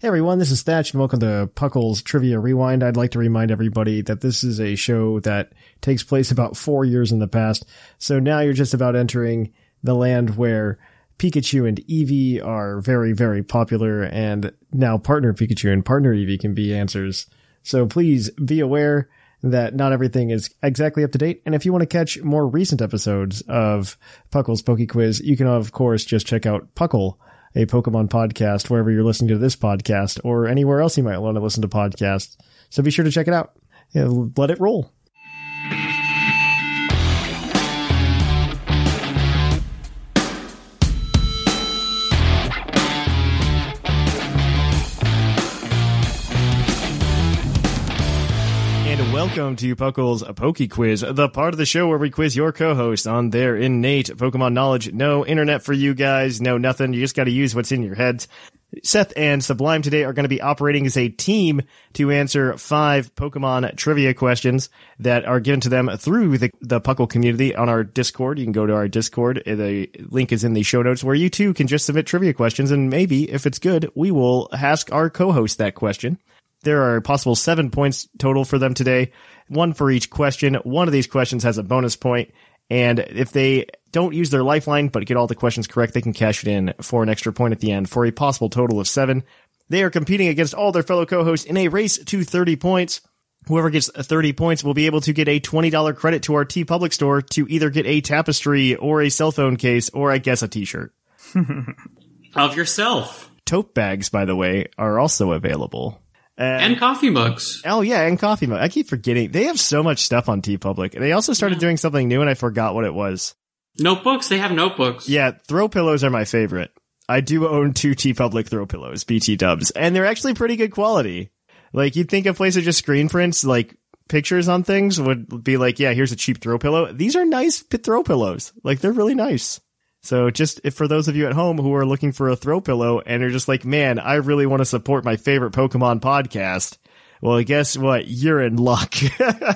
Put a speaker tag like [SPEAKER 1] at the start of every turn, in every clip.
[SPEAKER 1] Hey everyone, this is Thatch and welcome to Puckle's Trivia Rewind. I'd like to remind everybody that this is a show that takes place about four years in the past. So now you're just about entering the land where Pikachu and Eevee are very, very popular and now partner Pikachu and partner Eevee can be answers. So please be aware that not everything is exactly up to date. And if you want to catch more recent episodes of Puckle's Poke Quiz, you can of course just check out Puckle, a Pokemon podcast, wherever you're listening to this podcast or anywhere else you might want to listen to podcasts. So be sure to check it out. Yeah, Let it roll. And welcome to Puckle's Poke Quiz, the part of the show where we quiz your co-host on their innate Pokemon knowledge. No internet for you guys, no nothing. You just got to use what's in your heads. Seth and Sublime today are going to be operating as a team to answer five Pokemon trivia questions that are given to them through the, the Puckle community on our Discord. You can go to our Discord. The link is in the show notes where you too can just submit trivia questions and maybe if it's good, we will ask our co-host that question. There are a possible seven points total for them today, one for each question. One of these questions has a bonus point, and if they don't use their lifeline but get all the questions correct, they can cash it in for an extra point at the end for a possible total of seven. They are competing against all their fellow co-hosts in a race to 30 points. Whoever gets 30 points will be able to get a $20 credit to our T Public store to either get a tapestry or a cell phone case or I guess a t-shirt.
[SPEAKER 2] of yourself
[SPEAKER 1] Tote bags, by the way, are also available. Uh,
[SPEAKER 2] and coffee mugs.
[SPEAKER 1] Oh yeah, and coffee mug. I keep forgetting they have so much stuff on T Public. They also started doing something new, and I forgot what it was.
[SPEAKER 2] Notebooks, they have notebooks.
[SPEAKER 1] Yeah, throw pillows are my favorite. I do own two T Public throw pillows, BT Dubs, and they're actually pretty good quality. Like you'd think a place that just screen prints like pictures on things would be like, yeah, here's a cheap throw pillow. These are nice p- throw pillows. Like they're really nice. So just if for those of you at home who are looking for a throw pillow and are just like, man, I really want to support my favorite Pokemon podcast. Well, guess what? You're in luck.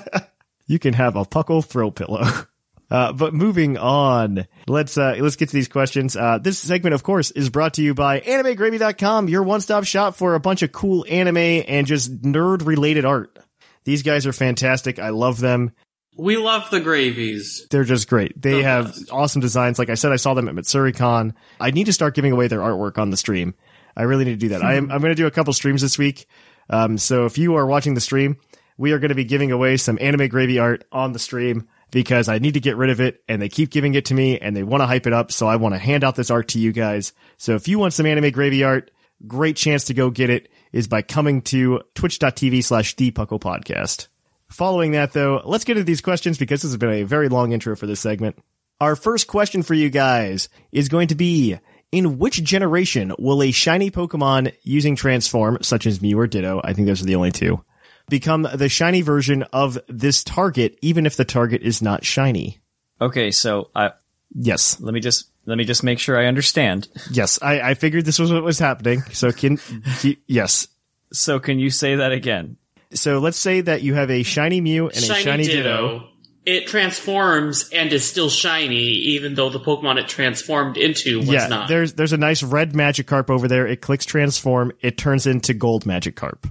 [SPEAKER 1] you can have a puckle throw pillow. Uh, but moving on, let's uh, let's get to these questions. Uh, this segment, of course, is brought to you by AnimeGravy.com, your one-stop shop for a bunch of cool anime and just nerd-related art. These guys are fantastic. I love them.
[SPEAKER 2] We love the gravies.
[SPEAKER 1] They're just great. They
[SPEAKER 2] They're
[SPEAKER 1] have
[SPEAKER 2] best.
[SPEAKER 1] awesome designs. Like I said, I saw them at MitsuriCon. I need to start giving away their artwork on the stream. I really need to do that. I am, I'm going to do a couple streams this week. Um, so if you are watching the stream, we are going to be giving away some anime gravy art on the stream because I need to get rid of it and they keep giving it to me and they want to hype it up. So I want to hand out this art to you guys. So if you want some anime gravy art, great chance to go get it is by coming to twitch.tv slash the Puckle podcast. Following that, though, let's get into these questions because this has been a very long intro for this segment. Our first question for you guys is going to be In which generation will a shiny Pokemon using Transform, such as Mew or Ditto, I think those are the only two, become the shiny version of this target, even if the target is not shiny?
[SPEAKER 3] Okay, so I
[SPEAKER 1] Yes.
[SPEAKER 3] let me just let me just make sure I understand.
[SPEAKER 1] Yes. I, I figured this was what was happening. So, can, y- yes.
[SPEAKER 3] So can you say that again?
[SPEAKER 1] So, let's say that you have a shiny Mew and a shiny Ditto.
[SPEAKER 2] It transforms and is still shiny, even though the Pokemon it transformed into was
[SPEAKER 1] yeah,
[SPEAKER 2] not.
[SPEAKER 1] there's there's a nice red Magikarp over there. It clicks transform. It turns into gold Magikarp.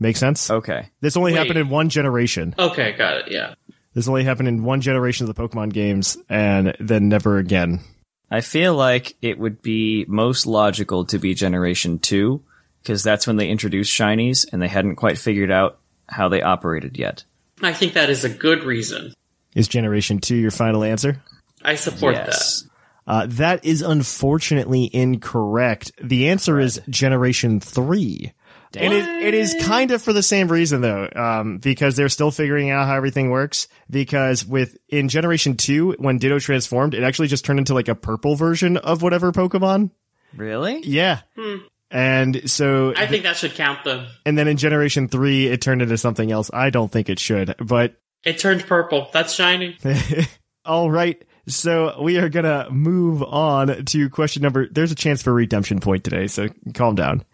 [SPEAKER 1] Make sense?
[SPEAKER 3] Okay.
[SPEAKER 1] This only
[SPEAKER 2] Oh, Wait.
[SPEAKER 1] happened in one generation.
[SPEAKER 2] Okay, got it. Yeah.
[SPEAKER 1] This only happened in one generation of the Pokemon games, and then never again.
[SPEAKER 3] I feel like it would be most logical to be Generation 2, because that's when they introduced Shinies and they hadn't quite figured out how they operated yet.
[SPEAKER 2] I think that is a good reason.
[SPEAKER 1] Is Generation 2 your final answer?
[SPEAKER 2] I support
[SPEAKER 3] yes.
[SPEAKER 1] Uh, that is unfortunately incorrect. The answer is Generation 3. And it, it is kind of for the same reason though, um, because they're still figuring out how everything works. Because with in Generation Two, when Ditto transformed, it actually just turned into like a purple version of whatever Pokemon.
[SPEAKER 3] Really?
[SPEAKER 1] Yeah. And so,
[SPEAKER 2] that. I think that should count though.
[SPEAKER 1] and then in Generation Three, it turned into something else. I don't think it should, but
[SPEAKER 2] It turned purple. That's shiny.
[SPEAKER 1] All right. So we are going to move on to question number. There's a chance for redemption point today, so calm down.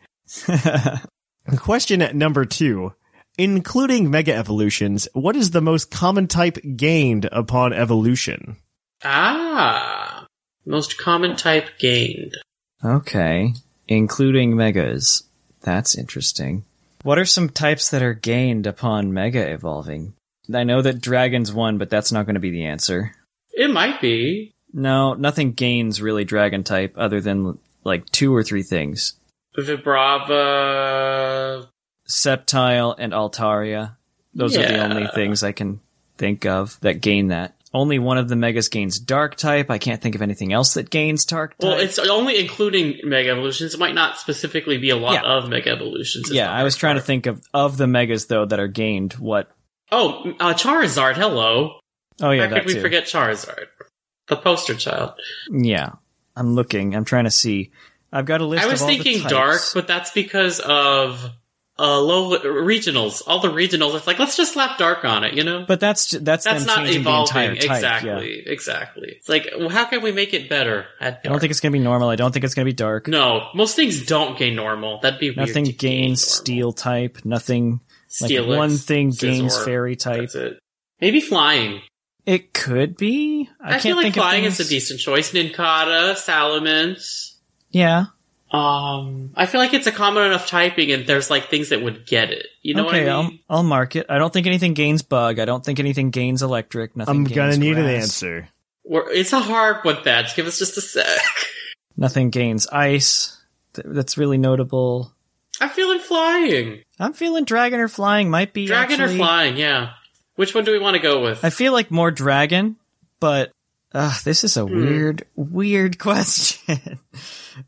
[SPEAKER 1] question number two. Including mega evolutions, what is the most common type gained upon evolution?
[SPEAKER 2] Ah. Most common type gained.
[SPEAKER 3] Okay. Including megas. That's interesting. What are some types that are gained upon mega evolving? I know that dragons won, but that's not going to be the answer.
[SPEAKER 2] It might be.
[SPEAKER 3] No, nothing gains really dragon type other than like two or three things.
[SPEAKER 2] Vibrava.
[SPEAKER 3] Septile and Altaria. Those are the
[SPEAKER 2] Yeah.
[SPEAKER 3] only things I can think of that gain that. Only one of the megas gains dark type. I can't think of anything else that gains dark type.
[SPEAKER 2] Well, it's only including mega evolutions. It might not specifically be a lot
[SPEAKER 3] Yeah.
[SPEAKER 2] of mega evolutions.
[SPEAKER 3] yeah, I was trying to think of of the megas though that are gained. What?
[SPEAKER 2] Oh, uh, Charizard. Hello.
[SPEAKER 3] Oh yeah,
[SPEAKER 2] How
[SPEAKER 3] that
[SPEAKER 2] could we
[SPEAKER 3] too.
[SPEAKER 2] forget Charizard? The poster child.
[SPEAKER 3] Yeah, I'm looking. I'm trying to see. I've got a list.
[SPEAKER 2] I
[SPEAKER 3] of
[SPEAKER 2] was
[SPEAKER 3] all the
[SPEAKER 2] thinking
[SPEAKER 3] types.
[SPEAKER 2] dark, but that's because of uh, low regionals. All the regionals, it's like let's just slap dark on it, you know.
[SPEAKER 3] but that's ju- that's
[SPEAKER 2] that's
[SPEAKER 3] them
[SPEAKER 2] not
[SPEAKER 3] changing
[SPEAKER 2] evolving
[SPEAKER 3] the entire type. Yeah.
[SPEAKER 2] exactly. Exactly. It's like well, how can we make it better? At
[SPEAKER 3] I don't think it's gonna be normal. I don't think it's gonna be dark.
[SPEAKER 2] no. Most things don't gain normal. That'd be weird
[SPEAKER 3] Nothing
[SPEAKER 2] to gain normal.
[SPEAKER 3] gains steel type. Nothing like
[SPEAKER 2] Steelix,
[SPEAKER 3] one thing gains
[SPEAKER 2] Scizor,
[SPEAKER 3] fairy type.
[SPEAKER 2] That's it. Maybe flying.
[SPEAKER 3] It could be. I,
[SPEAKER 2] I,
[SPEAKER 3] can't
[SPEAKER 2] feel like
[SPEAKER 3] think
[SPEAKER 2] flying
[SPEAKER 3] of things.
[SPEAKER 2] is a decent choice. Nincada, Salamence.
[SPEAKER 3] Yeah.
[SPEAKER 2] Um, I feel like it's a common enough typing, and there's like things that would get it. You know
[SPEAKER 3] okay, um,
[SPEAKER 2] what I
[SPEAKER 3] will
[SPEAKER 2] mean?
[SPEAKER 3] I'll mark it. I don't think anything gains bug. I don't think anything gains electric. Nothing.
[SPEAKER 1] I'm
[SPEAKER 3] gains
[SPEAKER 1] going to need an
[SPEAKER 3] grass.
[SPEAKER 1] answer.
[SPEAKER 2] We're, it's a hard one, Thatch. Give us just a sec.
[SPEAKER 3] Nothing gains ice. Th- that's really notable.
[SPEAKER 2] I'm feeling flying.
[SPEAKER 3] I'm feeling dragon or flying might be
[SPEAKER 2] Dragon
[SPEAKER 3] actually-
[SPEAKER 2] or flying? Yeah. Which one do we want to go with?
[SPEAKER 3] I feel like more dragon, but uh, this is a
[SPEAKER 2] Hmm.
[SPEAKER 3] weird, weird question.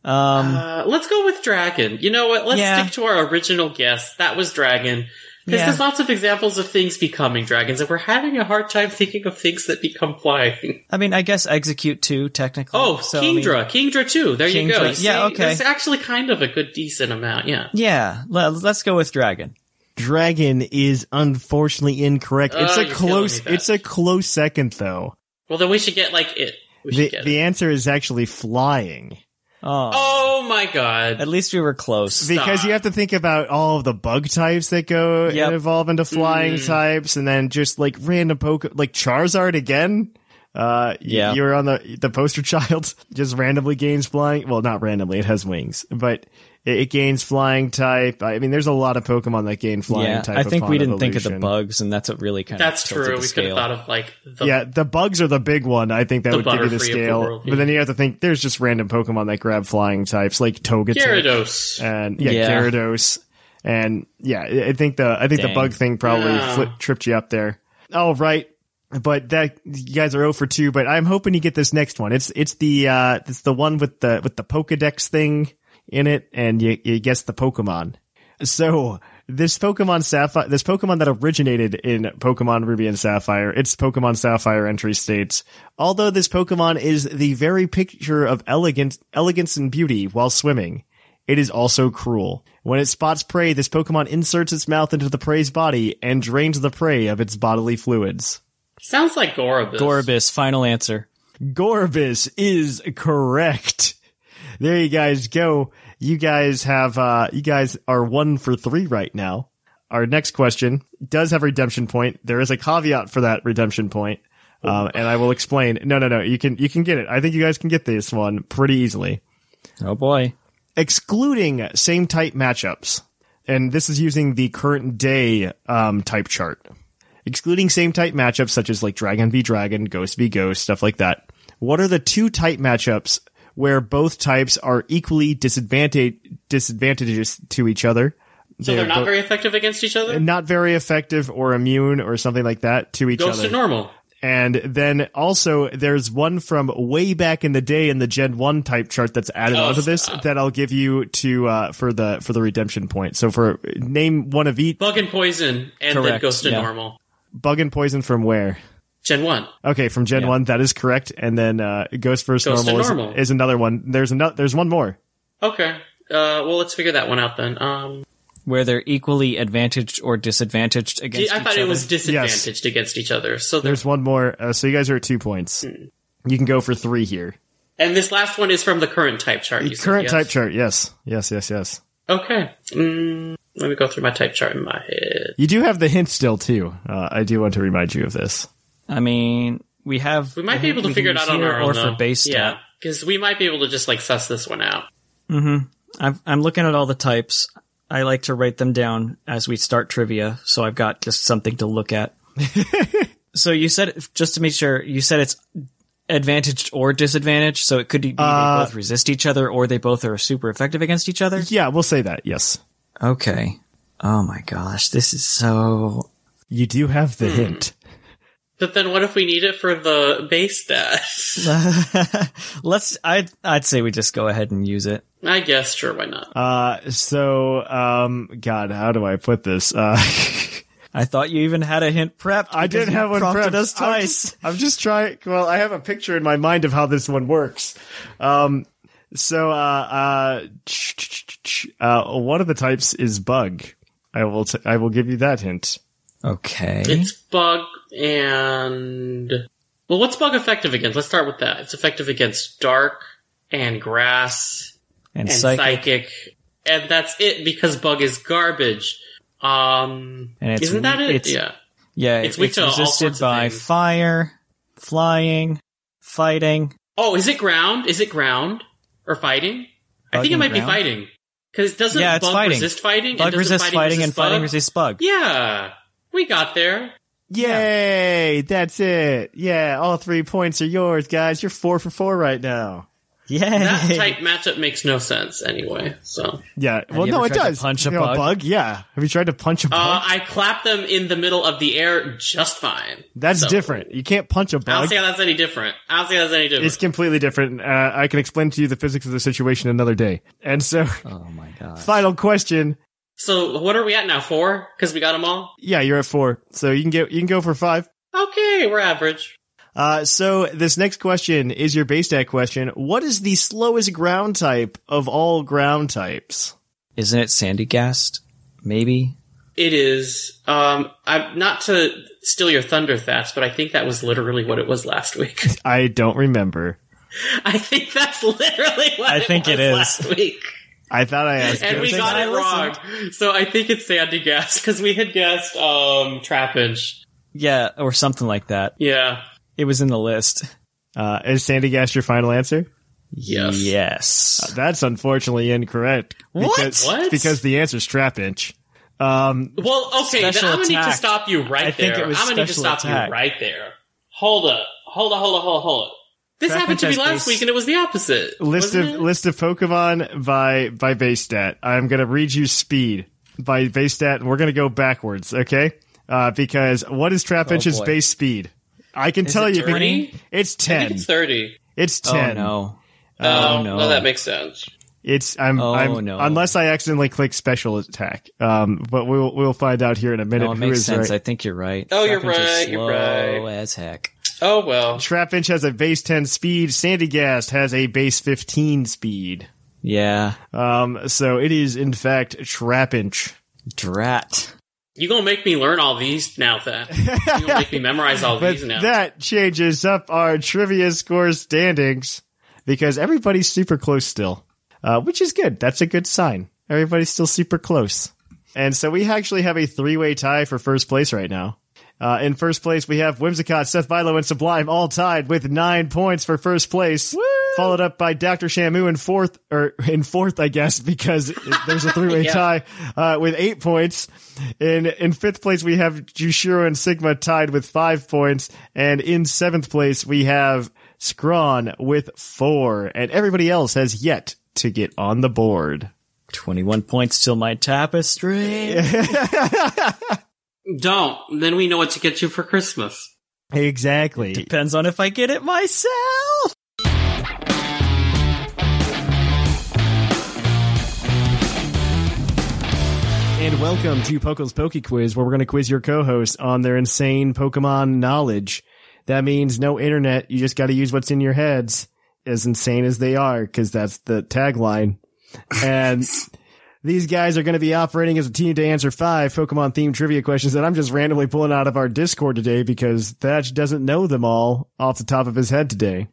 [SPEAKER 3] um,
[SPEAKER 2] uh, let's go with dragon. You know what? Let's
[SPEAKER 3] Yeah.
[SPEAKER 2] stick to our original guess. That was dragon. Because
[SPEAKER 3] Yeah.
[SPEAKER 2] there's lots of examples of things becoming dragons, and we're having a hard time thinking of things that become flying.
[SPEAKER 3] I mean, I guess execute too technically.
[SPEAKER 2] Oh,
[SPEAKER 3] So, I mean-
[SPEAKER 2] Kingdra, Kingdra too. There you go.
[SPEAKER 3] Kingdra.
[SPEAKER 2] You
[SPEAKER 3] Yeah,
[SPEAKER 2] see,
[SPEAKER 3] okay.
[SPEAKER 2] It's actually kind of a good, decent amount. Yeah.
[SPEAKER 3] yeah, le- let's go with dragon.
[SPEAKER 1] Dragon is unfortunately incorrect.
[SPEAKER 2] Oh,
[SPEAKER 1] it's a
[SPEAKER 2] you're killing
[SPEAKER 1] close,
[SPEAKER 2] me, Beth.
[SPEAKER 1] it's a close second though.
[SPEAKER 2] Well, then we should get like it. We should
[SPEAKER 1] The,
[SPEAKER 2] get
[SPEAKER 1] the
[SPEAKER 2] it.
[SPEAKER 1] answer is actually flying.
[SPEAKER 3] Oh,
[SPEAKER 2] Oh my
[SPEAKER 3] at
[SPEAKER 2] god!
[SPEAKER 3] least we were close.
[SPEAKER 1] because
[SPEAKER 2] Stop.
[SPEAKER 1] you have to think about all of the bug types that go
[SPEAKER 3] Yep. Mm.
[SPEAKER 1] and evolve into flying types, and then just like random poke like Charizard again. Uh, y-
[SPEAKER 3] Yeah.
[SPEAKER 1] you're on the the poster child. Just randomly gains flying. Well, not randomly. It has wings, but it, it gains flying type. I mean, there's a lot of Pokemon that gain flying
[SPEAKER 3] yeah,
[SPEAKER 1] type.
[SPEAKER 3] I think
[SPEAKER 1] upon
[SPEAKER 3] we didn't think of the
[SPEAKER 1] evolution.
[SPEAKER 3] bugs, and that's what really kind
[SPEAKER 2] That's
[SPEAKER 3] of tilted
[SPEAKER 2] true.
[SPEAKER 3] The
[SPEAKER 2] We could
[SPEAKER 3] scale.
[SPEAKER 2] have thought of like the
[SPEAKER 1] yeah, the bugs are the big one. I think that
[SPEAKER 2] The
[SPEAKER 1] would give you
[SPEAKER 2] Butterfree
[SPEAKER 1] the
[SPEAKER 2] of the
[SPEAKER 1] scale.
[SPEAKER 2] world, yeah.
[SPEAKER 1] But then you have to think there's just random Pokemon that grab flying types like Togetic.
[SPEAKER 2] Gyarados.
[SPEAKER 1] and yeah,
[SPEAKER 3] Yeah.
[SPEAKER 1] Gyarados, and yeah, I I think the I think the
[SPEAKER 3] Dang.
[SPEAKER 1] bug thing probably
[SPEAKER 2] Yeah.
[SPEAKER 1] flipped, tripped you up there. All right, but that you guys are 0 for two. But I'm hoping you get this next one. It's it's the uh it's the one with the with the Pokedex thing in it, and you you guess the Pokemon. So this Pokemon Sapphire, this Pokemon that originated in Pokemon Ruby and Sapphire, its Pokemon Sapphire entry states, although this Pokemon is the very picture of elegance, elegance and beauty while swimming, it is also cruel. When it spots prey, this Pokemon inserts its mouth into the prey's body and drains the prey of its bodily fluids.
[SPEAKER 2] Sounds like Gorobus.
[SPEAKER 3] Gorobus, final answer.
[SPEAKER 1] Gorbis is correct. There you guys go. You guys have uh you guys are one for three right now. Our next question does have a redemption point. There is a caveat for that redemption point. Um, and I will explain. No, no, no. You can you can get it. I think you guys can get this one pretty easily.
[SPEAKER 3] Oh boy.
[SPEAKER 1] Excluding same type matchups. And this is using the current day um, type chart. Excluding same type matchups such as like Dragon v Dragon, Ghost v Ghost, stuff like that. What are the two type matchups where both types are equally disadvantage disadvantages to each other?
[SPEAKER 2] So they're, not
[SPEAKER 1] bo-
[SPEAKER 2] very effective against each other?
[SPEAKER 1] not very effective or immune or something like that to each
[SPEAKER 2] Goes
[SPEAKER 1] other.
[SPEAKER 2] to normal.
[SPEAKER 1] And then also there's one from way back in the day in the Gen 1 type chart that's added
[SPEAKER 2] Oh,
[SPEAKER 1] onto this
[SPEAKER 2] stop.
[SPEAKER 1] that I'll give you to uh for the for the redemption point. So for name one of each
[SPEAKER 2] Bug and poison, and then
[SPEAKER 3] Correct,
[SPEAKER 2] goes to
[SPEAKER 3] yeah.
[SPEAKER 2] normal.
[SPEAKER 1] bug and poison from where?
[SPEAKER 2] Gen 1.
[SPEAKER 1] Okay, from Gen 1 that is correct and then uh Ghost versus
[SPEAKER 2] Ghost to
[SPEAKER 1] normal, is-
[SPEAKER 2] normal.
[SPEAKER 1] Is, another one. There's another there's one more.
[SPEAKER 2] Okay. Uh, well, let's figure that one out then. Um,
[SPEAKER 3] where they're equally advantaged or disadvantaged
[SPEAKER 2] gee,
[SPEAKER 3] against
[SPEAKER 2] I
[SPEAKER 3] each
[SPEAKER 2] thought it
[SPEAKER 3] other.
[SPEAKER 2] was disadvantaged against each other. So there's,
[SPEAKER 1] There's one more. Uh, so you guys are at 2 points.
[SPEAKER 2] Hmm.
[SPEAKER 1] You can go for 3 here.
[SPEAKER 2] and this last one is from the current type chart. You said,
[SPEAKER 1] Current
[SPEAKER 2] yes?
[SPEAKER 1] type chart. Yes. Yes, yes, yes.
[SPEAKER 2] Okay. Mm, let me go through my type chart in my head.
[SPEAKER 1] You do have the hint still too. Uh, I do want to remind you of this.
[SPEAKER 3] I mean, we have.
[SPEAKER 2] We might be able to
[SPEAKER 3] Mm-hmm. we can
[SPEAKER 2] figure it
[SPEAKER 3] use
[SPEAKER 2] out on
[SPEAKER 3] here
[SPEAKER 2] our own,
[SPEAKER 3] or
[SPEAKER 2] though.
[SPEAKER 3] for base
[SPEAKER 2] yeah, because we might be able to just like suss this one out.
[SPEAKER 3] I'm, I'm looking at all the types. I like to write them down as we start trivia, so I've got just something to look at. so you said, just to make sure, you said it's advantaged or disadvantaged, so it could be they both resist each other or they both are super effective against each other?
[SPEAKER 1] Yeah, we'll say that. Yes.
[SPEAKER 3] Okay. Oh my gosh, this is so.
[SPEAKER 1] You do have
[SPEAKER 3] Hmm.
[SPEAKER 1] the hint.
[SPEAKER 2] But then, what if we need it for the base stat?
[SPEAKER 3] Let's, I'd, I'd say we just go ahead and use it.
[SPEAKER 2] I guess, sure, why not?
[SPEAKER 3] Uh-huh.
[SPEAKER 1] Uh, so, um, God, how do I put this? Uh,
[SPEAKER 3] I thought you even had a hint prepped.
[SPEAKER 1] I
[SPEAKER 3] because
[SPEAKER 1] didn't
[SPEAKER 3] you
[SPEAKER 1] have one
[SPEAKER 3] prompted
[SPEAKER 1] prepped.
[SPEAKER 3] us
[SPEAKER 1] I'm
[SPEAKER 3] twice.
[SPEAKER 1] just- I'm just, trying. Well, I have a picture in my mind of how this one works. Um, so, uh, uh, ch- ch- ch- ch- uh, one of the types is bug. I will, t- I will give you that hint.
[SPEAKER 3] Okay.
[SPEAKER 2] It's bug and well, what's bug effective against? Let's start with that. It's effective against dark and grass
[SPEAKER 3] and
[SPEAKER 2] and
[SPEAKER 3] psychic.
[SPEAKER 2] psychic, and that's it because bug is garbage. Um,
[SPEAKER 3] And it's
[SPEAKER 2] isn't that
[SPEAKER 3] we-
[SPEAKER 2] it?
[SPEAKER 3] it's-
[SPEAKER 2] yeah,
[SPEAKER 3] Yeah,
[SPEAKER 2] It's
[SPEAKER 3] it's,
[SPEAKER 2] weak
[SPEAKER 3] it's
[SPEAKER 2] to all
[SPEAKER 3] resisted
[SPEAKER 2] sorts of
[SPEAKER 3] by
[SPEAKER 2] things.
[SPEAKER 3] fire, flying, fighting.
[SPEAKER 2] Oh, is it ground? Is it ground or fighting? I
[SPEAKER 3] Bug
[SPEAKER 2] think it
[SPEAKER 3] and
[SPEAKER 2] might be
[SPEAKER 3] ground?
[SPEAKER 2] fighting because doesn't
[SPEAKER 3] yeah, it's
[SPEAKER 2] bug
[SPEAKER 3] fighting.
[SPEAKER 2] resist fighting? and
[SPEAKER 3] Bug
[SPEAKER 2] doesn't
[SPEAKER 3] resists fighting, and
[SPEAKER 2] resist
[SPEAKER 3] fighting
[SPEAKER 2] bug?
[SPEAKER 3] resists bug.
[SPEAKER 2] Yeah, we got there.
[SPEAKER 1] Yay! That's it. Yeah, all three points are yours, guys. You're four for four right now.
[SPEAKER 3] Yeah.
[SPEAKER 2] That type matchup makes no sense anyway. So
[SPEAKER 1] Yeah. well,
[SPEAKER 3] you
[SPEAKER 1] no,
[SPEAKER 3] ever
[SPEAKER 1] it
[SPEAKER 3] tried to
[SPEAKER 1] does.
[SPEAKER 3] punch a
[SPEAKER 1] You know,
[SPEAKER 3] bug? Oh,
[SPEAKER 1] Yeah. Have you tried to punch a
[SPEAKER 2] uh,
[SPEAKER 1] bug?
[SPEAKER 2] I clap them in the middle of the air just fine.
[SPEAKER 1] That's
[SPEAKER 2] So,
[SPEAKER 1] different. You can't punch a
[SPEAKER 2] I don't
[SPEAKER 1] bug.
[SPEAKER 2] see how that's any different. I don't see how that's any different.
[SPEAKER 1] It's completely different. Uh, I can explain to you the physics of the situation another day. And so,
[SPEAKER 3] oh my god.
[SPEAKER 1] final question.
[SPEAKER 2] so what are we at now? Four? Because we got them all.
[SPEAKER 1] Yeah, you're at four, so you can get you can go for five.
[SPEAKER 2] Okay, we're average.
[SPEAKER 1] Uh, so this next question is your base stat question. What is the slowest ground type of all ground types?
[SPEAKER 3] Isn't it Sandy Gast? Maybe.
[SPEAKER 2] It is. Um, I'm not to steal your thunder, Thatch, but I think that was literally what it was last week.
[SPEAKER 1] I don't remember.
[SPEAKER 2] I think that's literally what
[SPEAKER 3] I
[SPEAKER 2] it
[SPEAKER 3] think it
[SPEAKER 2] was
[SPEAKER 3] is.
[SPEAKER 2] last week,
[SPEAKER 1] I thought I asked.
[SPEAKER 2] and we
[SPEAKER 3] think
[SPEAKER 2] got
[SPEAKER 3] I
[SPEAKER 2] it wrong. So I think it's Sandy Gas because we had guessed um Trapinch.
[SPEAKER 3] Yeah, or something like that.
[SPEAKER 2] Yeah.
[SPEAKER 3] It was in the list.
[SPEAKER 1] Uh, is Sandy Gast your final answer?
[SPEAKER 2] Yes.
[SPEAKER 3] Yes.
[SPEAKER 1] That's unfortunately incorrect.
[SPEAKER 3] What?
[SPEAKER 1] Because,
[SPEAKER 2] What?
[SPEAKER 1] Because the answer's trap inch. Um,
[SPEAKER 2] Well, okay. Then
[SPEAKER 3] Special
[SPEAKER 2] I'm gonna need to
[SPEAKER 3] attack.
[SPEAKER 2] stop you right
[SPEAKER 3] I
[SPEAKER 2] there.
[SPEAKER 3] think it was
[SPEAKER 2] I'm gonna need to
[SPEAKER 3] special
[SPEAKER 2] stop
[SPEAKER 3] attack.
[SPEAKER 2] you right there. Hold up. Hold up. Hold up. Hold up. Hold up. This
[SPEAKER 3] Trapinch
[SPEAKER 2] happened to me
[SPEAKER 3] has
[SPEAKER 2] last
[SPEAKER 3] base-
[SPEAKER 2] week, and it was the opposite.
[SPEAKER 1] list of
[SPEAKER 2] wasn't it?
[SPEAKER 1] list of Pokemon by by base stat. I'm gonna read you speed by base stat, and we're gonna go backwards, okay? Uh, because what is Trap Inch's
[SPEAKER 3] Oh, boy.
[SPEAKER 1] base speed? I can tell you,
[SPEAKER 3] 30?
[SPEAKER 1] it's
[SPEAKER 2] I
[SPEAKER 1] ten.
[SPEAKER 2] think it's
[SPEAKER 1] It's,
[SPEAKER 2] thirty.
[SPEAKER 3] Oh
[SPEAKER 1] ten.
[SPEAKER 3] no.
[SPEAKER 2] Oh,
[SPEAKER 3] Oh,
[SPEAKER 2] no.
[SPEAKER 3] no.
[SPEAKER 2] that makes sense.
[SPEAKER 1] It's I'm,
[SPEAKER 3] Oh,
[SPEAKER 1] I'm
[SPEAKER 3] no.
[SPEAKER 1] unless I accidentally click special attack. Um, but we'll we'll find out here in a minute
[SPEAKER 3] No, it
[SPEAKER 1] who
[SPEAKER 3] makes
[SPEAKER 1] is
[SPEAKER 3] sense.
[SPEAKER 1] right.
[SPEAKER 3] I think you're right.
[SPEAKER 2] Oh, you're
[SPEAKER 3] Trapinch is
[SPEAKER 2] right, you're
[SPEAKER 3] slow
[SPEAKER 2] right.
[SPEAKER 3] As heck.
[SPEAKER 2] Oh well.
[SPEAKER 1] Trap Inch has a base 10 speed. Sandy Gast has a base 15 speed.
[SPEAKER 3] Yeah.
[SPEAKER 1] Um, so it is in fact Trap Inch.
[SPEAKER 3] Drat.
[SPEAKER 2] You gonna make me learn all these now, That You gonna make me memorize all
[SPEAKER 1] But
[SPEAKER 2] these now?
[SPEAKER 1] that changes up our trivia score standings because everybody's super close still, uh, which is good. That's a good sign. Everybody's still super close. And so we actually have a three way tie for first place right now. Uh, in first place, we have Whimsicott, Seth Vilo, and Sublime all tied with nine points for first place, followed up by Dr. Shamu in fourth, or in fourth, I guess, because there's a three-way tie uh, with eight points. In in fifth place, we have Jushiro and Sigma tied with five points, and in seventh place, we have Scrawn with four, and everybody else has yet to get on the board.
[SPEAKER 3] 21 points till my tapestry.
[SPEAKER 2] Don't. Then we know what to get you for Christmas.
[SPEAKER 1] Exactly.
[SPEAKER 3] Depends on if I get it myself.
[SPEAKER 1] And welcome to Pokel's Poke Quiz, where we're going to quiz your co-host on their insane Pokemon knowledge. That means no internet. You just got to use what's in your heads, as insane as they are, because that's the tagline. And these guys are going to be operating as a team to answer five Pokemon themed trivia questions that I'm just randomly pulling out of our Discord today because Thatch doesn't know them all off the top of his head today.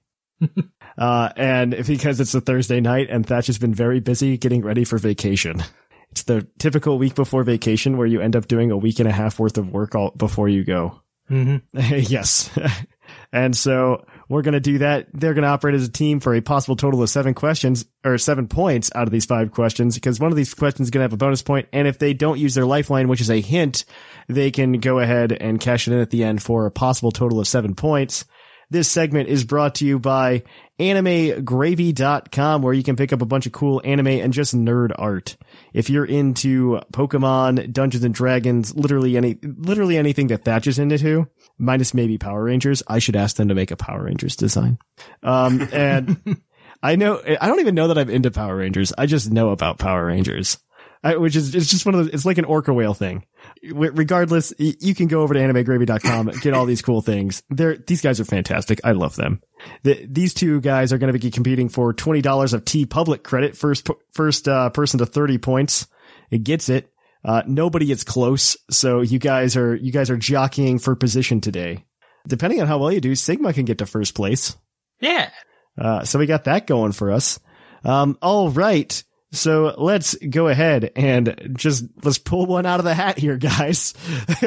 [SPEAKER 1] uh, and because it's a Thursday night and Thatch has been very busy getting ready for vacation it's the typical week before vacation where you end up doing a week and a half worth of work all before you go. Mm-hmm. yes. and so we're going to do that. They're going to operate as a team for a possible total of seven questions or seven points out of these five questions because one of these questions is going to have a bonus point, And if they don't use their lifeline, which is a hint, they can go ahead and cash it in at the end for a possible total of seven points. This segment is brought to you by animegravy.com where you can pick up a bunch of cool anime and just nerd art. If you're into Pokemon, Dungeons and Dragons, literally any literally anything that Thatch is into, minus maybe Power Rangers, I should ask them to make a Power Rangers design. Um and I know I don't even know that I'm into Power Rangers. I just know about Power Rangers. I, which is it's just one of the, it's like an orca whale thing. W- regardless, y- you can go over to animegravy.com and get all these cool things. They're these guys are fantastic. I love them. The, these two guys are going to be competing for twenty dollars of T public credit. First p- first uh, person to thirty points, it gets it. Uh, nobody gets close, so you guys are you guys are jockeying for position today. Depending on how well you do, Sigma can get to first place.
[SPEAKER 2] Yeah.
[SPEAKER 1] Uh, so we got that going for us. Um, all right. So let's go ahead and just let's pull one out of the hat here, guys.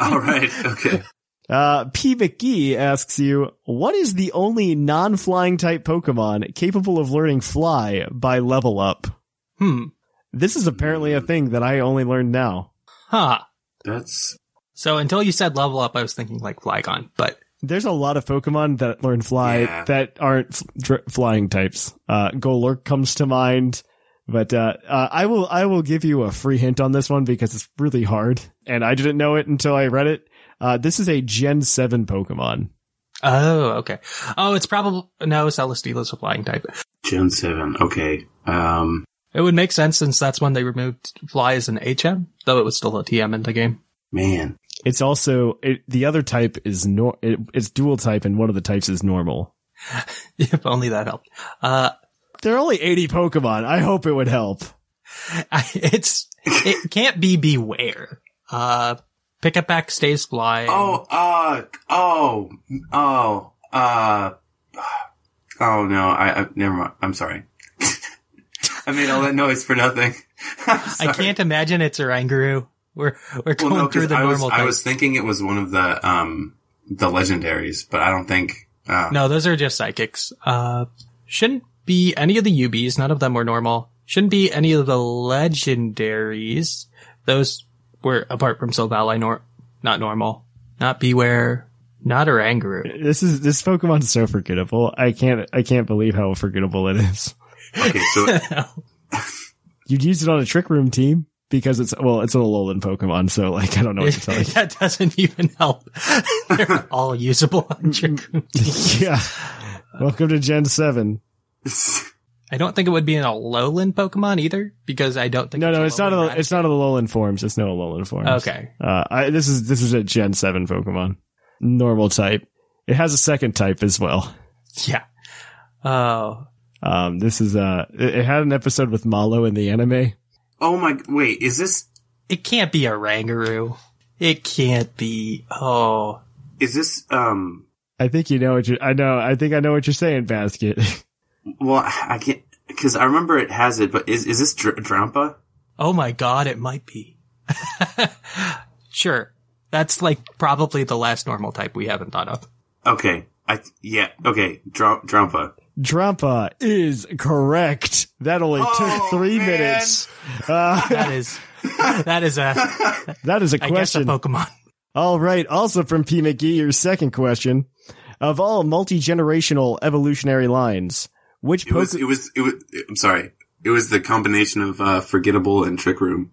[SPEAKER 4] All right. Okay.
[SPEAKER 1] Uh, P. McGee asks you, what is the only non-flying type Pokemon capable of learning fly by level up?
[SPEAKER 3] Hmm.
[SPEAKER 1] This is apparently a thing that I only learned now.
[SPEAKER 5] Huh.
[SPEAKER 4] That's
[SPEAKER 5] So until you said level up, I was thinking like Flygon, but
[SPEAKER 1] There's a lot of Pokemon that learn fly
[SPEAKER 4] Yeah.
[SPEAKER 1] that aren't f- dr- flying types. Uh, Golurk comes to mind, but uh, uh, I will I will give you a free hint on this one because it's really hard, and I didn't know it until I read it. Uh, this is a Gen Seven Pokemon.
[SPEAKER 5] oh, okay. Oh, it's probably no Celesteela's a flying type.
[SPEAKER 4] Gen 7. Okay. Um,
[SPEAKER 5] It would make sense since that's when they removed fly as an HM, though it was still a TM in the game.
[SPEAKER 4] man.
[SPEAKER 1] It's also it, the other type is nor it, it's dual type, and one of the types is normal.
[SPEAKER 5] if only that helped. Uh,
[SPEAKER 1] There are only eighty Pokemon. I hope it would help.
[SPEAKER 5] I, it's it can't be beware. Uh, pick up back stays flying.
[SPEAKER 4] Oh, uh, oh, oh, uh, oh no. I, I never mind. I'm sorry. I made all that noise for nothing. I'm
[SPEAKER 5] I
[SPEAKER 4] sorry.
[SPEAKER 5] can't imagine it's a Ranguru. We're we're
[SPEAKER 4] Well,
[SPEAKER 5] going
[SPEAKER 4] no,
[SPEAKER 5] through
[SPEAKER 4] 'cause
[SPEAKER 5] the
[SPEAKER 4] I was,
[SPEAKER 5] normal.
[SPEAKER 4] I
[SPEAKER 5] types.
[SPEAKER 4] was thinking it was one of the, um, the legendaries, but I don't think, uh,
[SPEAKER 5] No, those are just psychics. Uh, shouldn't be any of the UBs. None of them were normal. Shouldn't be any of the legendaries. Those were apart from Silvally, nor- not normal. Not Beware. Not Oranguru.
[SPEAKER 1] This is this Pokemon is so forgettable. I can't I can't believe how forgettable it is.
[SPEAKER 4] okay, so
[SPEAKER 1] You'd use it on a trick room team because it's well, it's an Alolan Pokemon, so like I don't know what to tell you.
[SPEAKER 5] that doesn't even help. They're all usable. on Trick-
[SPEAKER 1] yeah. Welcome to Gen Seven.
[SPEAKER 5] I don't think it would be an Alolan Pokemon either, because I don't think.
[SPEAKER 1] No, no, it's not.
[SPEAKER 5] Alolan
[SPEAKER 1] A, it's not a Alolan forms. It's no Alolan forms.
[SPEAKER 5] Okay.
[SPEAKER 1] Uh, I, this is this is a Gen Seven Pokemon, normal type. It has a second type as well.
[SPEAKER 5] Yeah. Oh,
[SPEAKER 1] Um, this is uh, it, it had an episode with Malo in the anime.
[SPEAKER 4] oh my, wait, is this,
[SPEAKER 5] it can't be Oranguru. It can't be. Oh.
[SPEAKER 4] is this, um,
[SPEAKER 1] I think you know what you. I know. I think I know what you're saying, Basket.
[SPEAKER 4] Well, I can't because I remember it has it, but is is this Dr- Drampa?
[SPEAKER 5] Oh my god, it might be. sure. That's like probably the last normal type we haven't thought of.
[SPEAKER 4] Okay, I yeah, okay, Dr- Drampa.
[SPEAKER 1] Drampa is correct. That only
[SPEAKER 4] Oh,
[SPEAKER 1] took three
[SPEAKER 4] man.
[SPEAKER 1] minutes. Uh,
[SPEAKER 5] That is that is a
[SPEAKER 1] that is a
[SPEAKER 5] I guess a
[SPEAKER 1] question.
[SPEAKER 5] Pokemon.
[SPEAKER 1] All right. Also from P. McGee, your second question. Of all multi generational evolutionary lines, which
[SPEAKER 4] It was,
[SPEAKER 1] Pokemon?
[SPEAKER 4] it was, it was, I'm sorry. It was the combination of, uh, forgettable and trick room.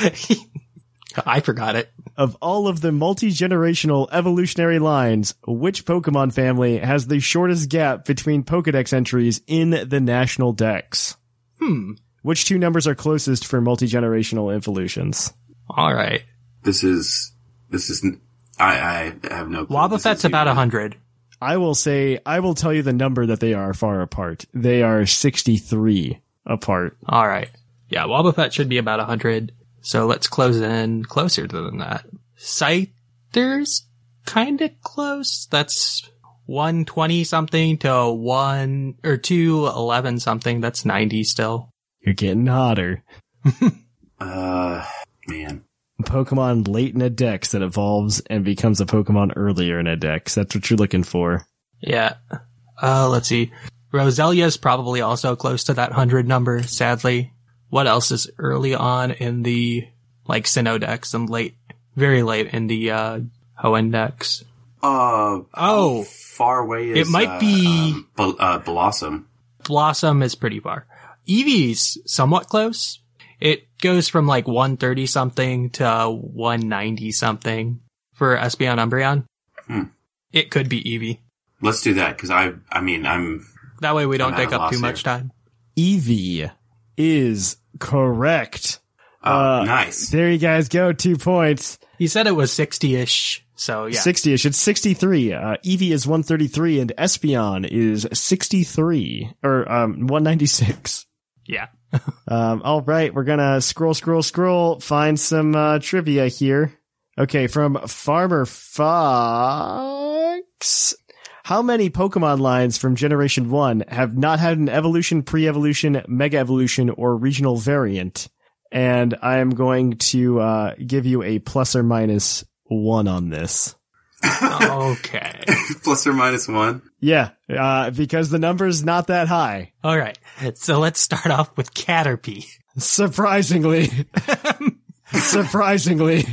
[SPEAKER 5] I forgot it.
[SPEAKER 1] of all of the multi-generational evolutionary lines, which Pokemon family has the shortest gap between Pokedex entries in the national dex?
[SPEAKER 5] Hmm.
[SPEAKER 1] Which two numbers are closest for multi-generational evolutions?
[SPEAKER 5] All right.
[SPEAKER 4] This is, this is, n- I, I have no clue. This is
[SPEAKER 5] Wobbuffet's
[SPEAKER 4] you.
[SPEAKER 5] about 100.
[SPEAKER 1] I will say, I will tell you the number that they are far apart. They are 63 apart.
[SPEAKER 5] All right. Yeah, Wobbuffet should be about 100. So let's close in closer than that. Scyther's kind of close. That's 120 something to 1 or 211 something. That's 90 still.
[SPEAKER 1] You're getting hotter.
[SPEAKER 4] Uh, man.
[SPEAKER 1] Pokemon late in a dex that evolves and becomes a Pokemon earlier in a dex. That's what you're looking for.
[SPEAKER 5] Yeah. Uh, let's see. Roselia's probably also close to that 100 number, sadly. What else is early on in the, like, Sinnodex and late, very late in the, uh, Hoendex?
[SPEAKER 4] Uh,
[SPEAKER 5] Oh.
[SPEAKER 4] far away is,
[SPEAKER 5] It might
[SPEAKER 4] uh,
[SPEAKER 5] be-
[SPEAKER 4] um, Bl- uh, Blossom.
[SPEAKER 5] Blossom is pretty far. Eevee's somewhat close. It goes from like 130 something to 190 something for Espeon Umbreon.
[SPEAKER 4] Hmm.
[SPEAKER 5] It could be Eevee.
[SPEAKER 4] Let's do that because I, I mean, I'm
[SPEAKER 5] That way we don't
[SPEAKER 4] I'm
[SPEAKER 5] take
[SPEAKER 4] at a
[SPEAKER 5] up too
[SPEAKER 4] loss
[SPEAKER 5] much
[SPEAKER 4] here.
[SPEAKER 5] time.
[SPEAKER 1] Eevee is correct.
[SPEAKER 4] uh, nice.
[SPEAKER 1] There you guys go. Two points.
[SPEAKER 5] He said it was 60 ish.
[SPEAKER 4] Oh,
[SPEAKER 5] So yeah.
[SPEAKER 1] 60 ish. It's 63. Uh, Eevee is 133 and Espeon is 63 or um, 196.
[SPEAKER 5] Yeah.
[SPEAKER 1] Um, all right. We're going to scroll, scroll, scroll, find some uh, trivia here. Okay. From Farmer Fox. How many Pokemon lines from Generation 1 have not had an evolution, pre evolution, mega evolution, or regional variant? And I am going to uh, give you a plus or minus one on this.
[SPEAKER 5] okay.
[SPEAKER 4] Plus or minus one.
[SPEAKER 1] Yeah, uh, because the number's not that high.
[SPEAKER 5] All right. So let's start off with Caterpie.
[SPEAKER 1] Surprisingly. Surprisingly.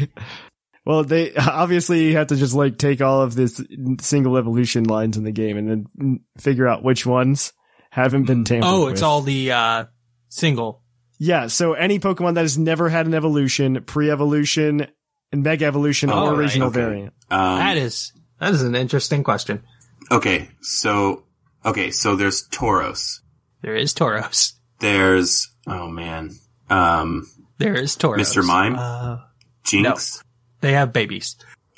[SPEAKER 1] Well, they obviously you have to just like take all of this single evolution lines in the game and then mm, figure out which ones haven't been tampered
[SPEAKER 5] Oh, it's
[SPEAKER 1] with.
[SPEAKER 5] all the, uh, single.
[SPEAKER 1] Yeah, so any Pokemon that has never had an evolution, pre-evolution, and mega evolution
[SPEAKER 4] All
[SPEAKER 1] or
[SPEAKER 4] right,
[SPEAKER 1] regional
[SPEAKER 4] okay.
[SPEAKER 1] variant.
[SPEAKER 4] Um,
[SPEAKER 5] That is, that is an interesting question.
[SPEAKER 4] okay. So, okay. So there's Tauros.
[SPEAKER 5] There is Tauros.
[SPEAKER 4] There's, oh man. Um,
[SPEAKER 5] There is Tauros.
[SPEAKER 4] Mr. Mime?
[SPEAKER 5] Uh,
[SPEAKER 4] Jinx.
[SPEAKER 5] they have babies.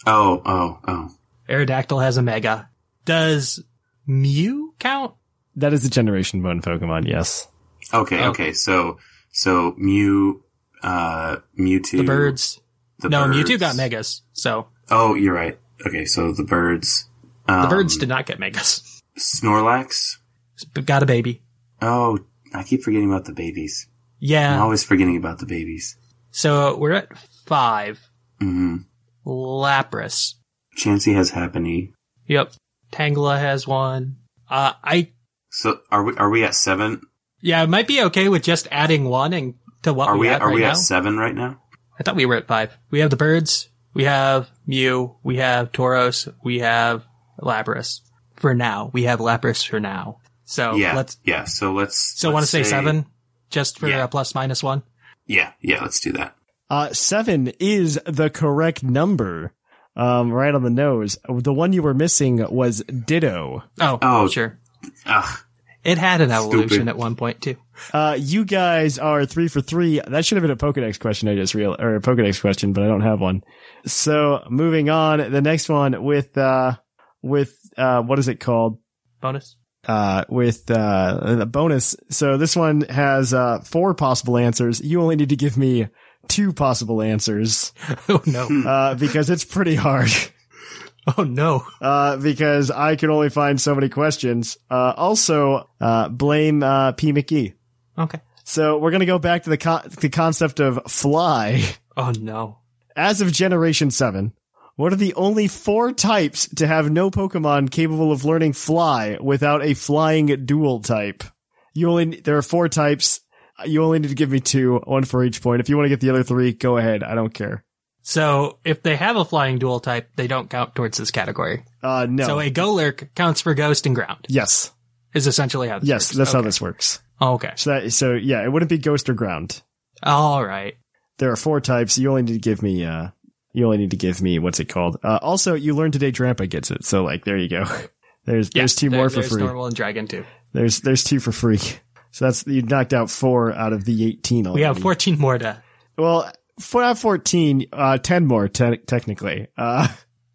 [SPEAKER 4] Oh, oh, oh.
[SPEAKER 5] Aerodactyl has a mega. Does Mew count?
[SPEAKER 1] That is a generation one Pokemon, yes.
[SPEAKER 4] Okay,
[SPEAKER 5] Oh.
[SPEAKER 4] okay. So, so Mew, uh, Mewtwo.
[SPEAKER 5] The birds.
[SPEAKER 4] The
[SPEAKER 5] no,
[SPEAKER 4] birds.
[SPEAKER 5] Mewtwo got megas. So
[SPEAKER 4] Oh, you're right. Okay, so the birds.
[SPEAKER 5] the
[SPEAKER 4] Um,
[SPEAKER 5] birds did not get megas.
[SPEAKER 4] Snorlax.
[SPEAKER 5] But got a baby.
[SPEAKER 4] Oh, I keep forgetting about the babies. I'm
[SPEAKER 5] Yeah.
[SPEAKER 4] always forgetting about the babies.
[SPEAKER 5] So we're at five.
[SPEAKER 4] hmm
[SPEAKER 5] Lapras.
[SPEAKER 4] Chansey has Happiny.
[SPEAKER 5] Yep. Tangela has one. Uh, I,
[SPEAKER 4] So are we? Are we at seven?
[SPEAKER 5] yeah, I might be okay with just adding one and to what
[SPEAKER 4] Are
[SPEAKER 5] we,
[SPEAKER 4] we?
[SPEAKER 5] have
[SPEAKER 4] At,
[SPEAKER 5] Oh,
[SPEAKER 4] are
[SPEAKER 5] right
[SPEAKER 4] we
[SPEAKER 5] now.
[SPEAKER 4] at seven right now?
[SPEAKER 5] I thought we were at five. We have the birds. We have Mew. We have Tauros. We have Lapras. For now, we have Lapras for now. So
[SPEAKER 4] yeah.
[SPEAKER 5] Oh, let's.
[SPEAKER 4] yeah. So let's.
[SPEAKER 5] So
[SPEAKER 4] let's
[SPEAKER 5] want to say, seven, just for
[SPEAKER 4] Yeah.
[SPEAKER 5] a plus minus one.
[SPEAKER 4] Yeah. Yeah. Let's do that.
[SPEAKER 1] Uh, seven is the correct number. Um, right on the nose. The one you were missing was Ditto.
[SPEAKER 5] Oh,
[SPEAKER 4] Oh.
[SPEAKER 5] sure.
[SPEAKER 4] Ugh.
[SPEAKER 5] It had an evolution
[SPEAKER 4] Stupid.
[SPEAKER 5] at one point too.
[SPEAKER 1] Uh, you guys are three for three. That should have been a Pokedex question. I just real or a Pokedex question, but I don't have one. So moving on, the next one with uh with uh what is it called?
[SPEAKER 5] Bonus.
[SPEAKER 1] Uh, with uh a bonus. So this one has uh four possible answers. You only need to give me two possible answers
[SPEAKER 5] Oh
[SPEAKER 4] Hmm.
[SPEAKER 5] no.
[SPEAKER 1] uh because it's pretty hard.
[SPEAKER 5] oh no.
[SPEAKER 1] uh, because I could only find so many questions. Uh, also, uh, blame uh, P. McGee.
[SPEAKER 5] Okay.
[SPEAKER 1] So we're going to go back to the con- the concept of fly.
[SPEAKER 5] Oh no.
[SPEAKER 1] As of Generation Seven, what are the only four types to have no Pokemon capable of learning fly without a flying dual type? You only there are four types. You only need to give me two, one for each point. If you want to get the other three, go ahead. I don't care.
[SPEAKER 5] So if they have a flying dual type, they don't count towards this category.
[SPEAKER 1] Uh, no.
[SPEAKER 5] So a go lurk counts for ghost and ground.
[SPEAKER 1] yes.
[SPEAKER 5] Is essentially how this
[SPEAKER 1] Yes,
[SPEAKER 5] works.
[SPEAKER 1] that's how
[SPEAKER 5] Okay. Oh,
[SPEAKER 1] this works.
[SPEAKER 5] Okay.
[SPEAKER 1] So that, so yeah, it wouldn't be ghost or ground.
[SPEAKER 5] All right.
[SPEAKER 1] There are four types. You only need to give me uh you only need to give me what's it called? Uh also you learn today Drampa gets it. So like there you go. There's
[SPEAKER 5] Yeah,
[SPEAKER 1] there's two
[SPEAKER 5] there-
[SPEAKER 1] more for
[SPEAKER 5] there's
[SPEAKER 1] free.
[SPEAKER 5] Normal and dragon too.
[SPEAKER 1] There's there's two for free. So that's you knocked out four out of the 18 already.
[SPEAKER 5] We have 14 more to.
[SPEAKER 1] Well, four out of 14, uh 10 more te- technically. Uh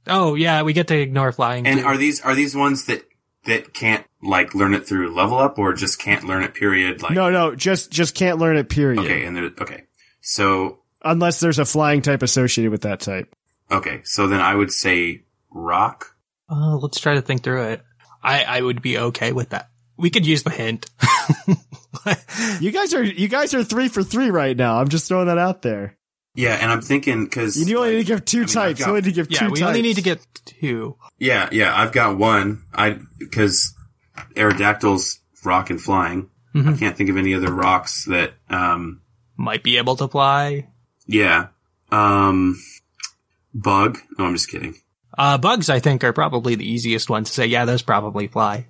[SPEAKER 5] Oh yeah, we get to ignore flying.
[SPEAKER 4] And
[SPEAKER 5] too.
[SPEAKER 4] are these are these ones that that can't like learn it through level up or just can't learn it? Period. Like
[SPEAKER 1] no, no, just just can't learn it period.
[SPEAKER 4] okay, and they're okay. So
[SPEAKER 1] Unless there's a flying type associated with that type.
[SPEAKER 4] okay, so then I would say rock.
[SPEAKER 5] Uh, let's try to think through it. I, I would be okay with that. We could use the hint.
[SPEAKER 1] You guys are you guys are 3 for 3 right now. I'm just throwing that out there.
[SPEAKER 4] Yeah, and I'm thinking because
[SPEAKER 1] You only need to give two
[SPEAKER 4] mean, I've
[SPEAKER 1] types.
[SPEAKER 4] got-
[SPEAKER 1] you only need to give
[SPEAKER 5] yeah,
[SPEAKER 1] two
[SPEAKER 5] we
[SPEAKER 1] types.
[SPEAKER 5] only need to get two.
[SPEAKER 4] yeah, yeah, I've got one. I because Aerodactyls rock and flying. I can't think of any other rocks that um
[SPEAKER 5] Might be able to fly.
[SPEAKER 4] yeah um bug. No, I'm just kidding.
[SPEAKER 5] Uh, bugs, I think, are probably the easiest one to say. Yeah, those probably fly.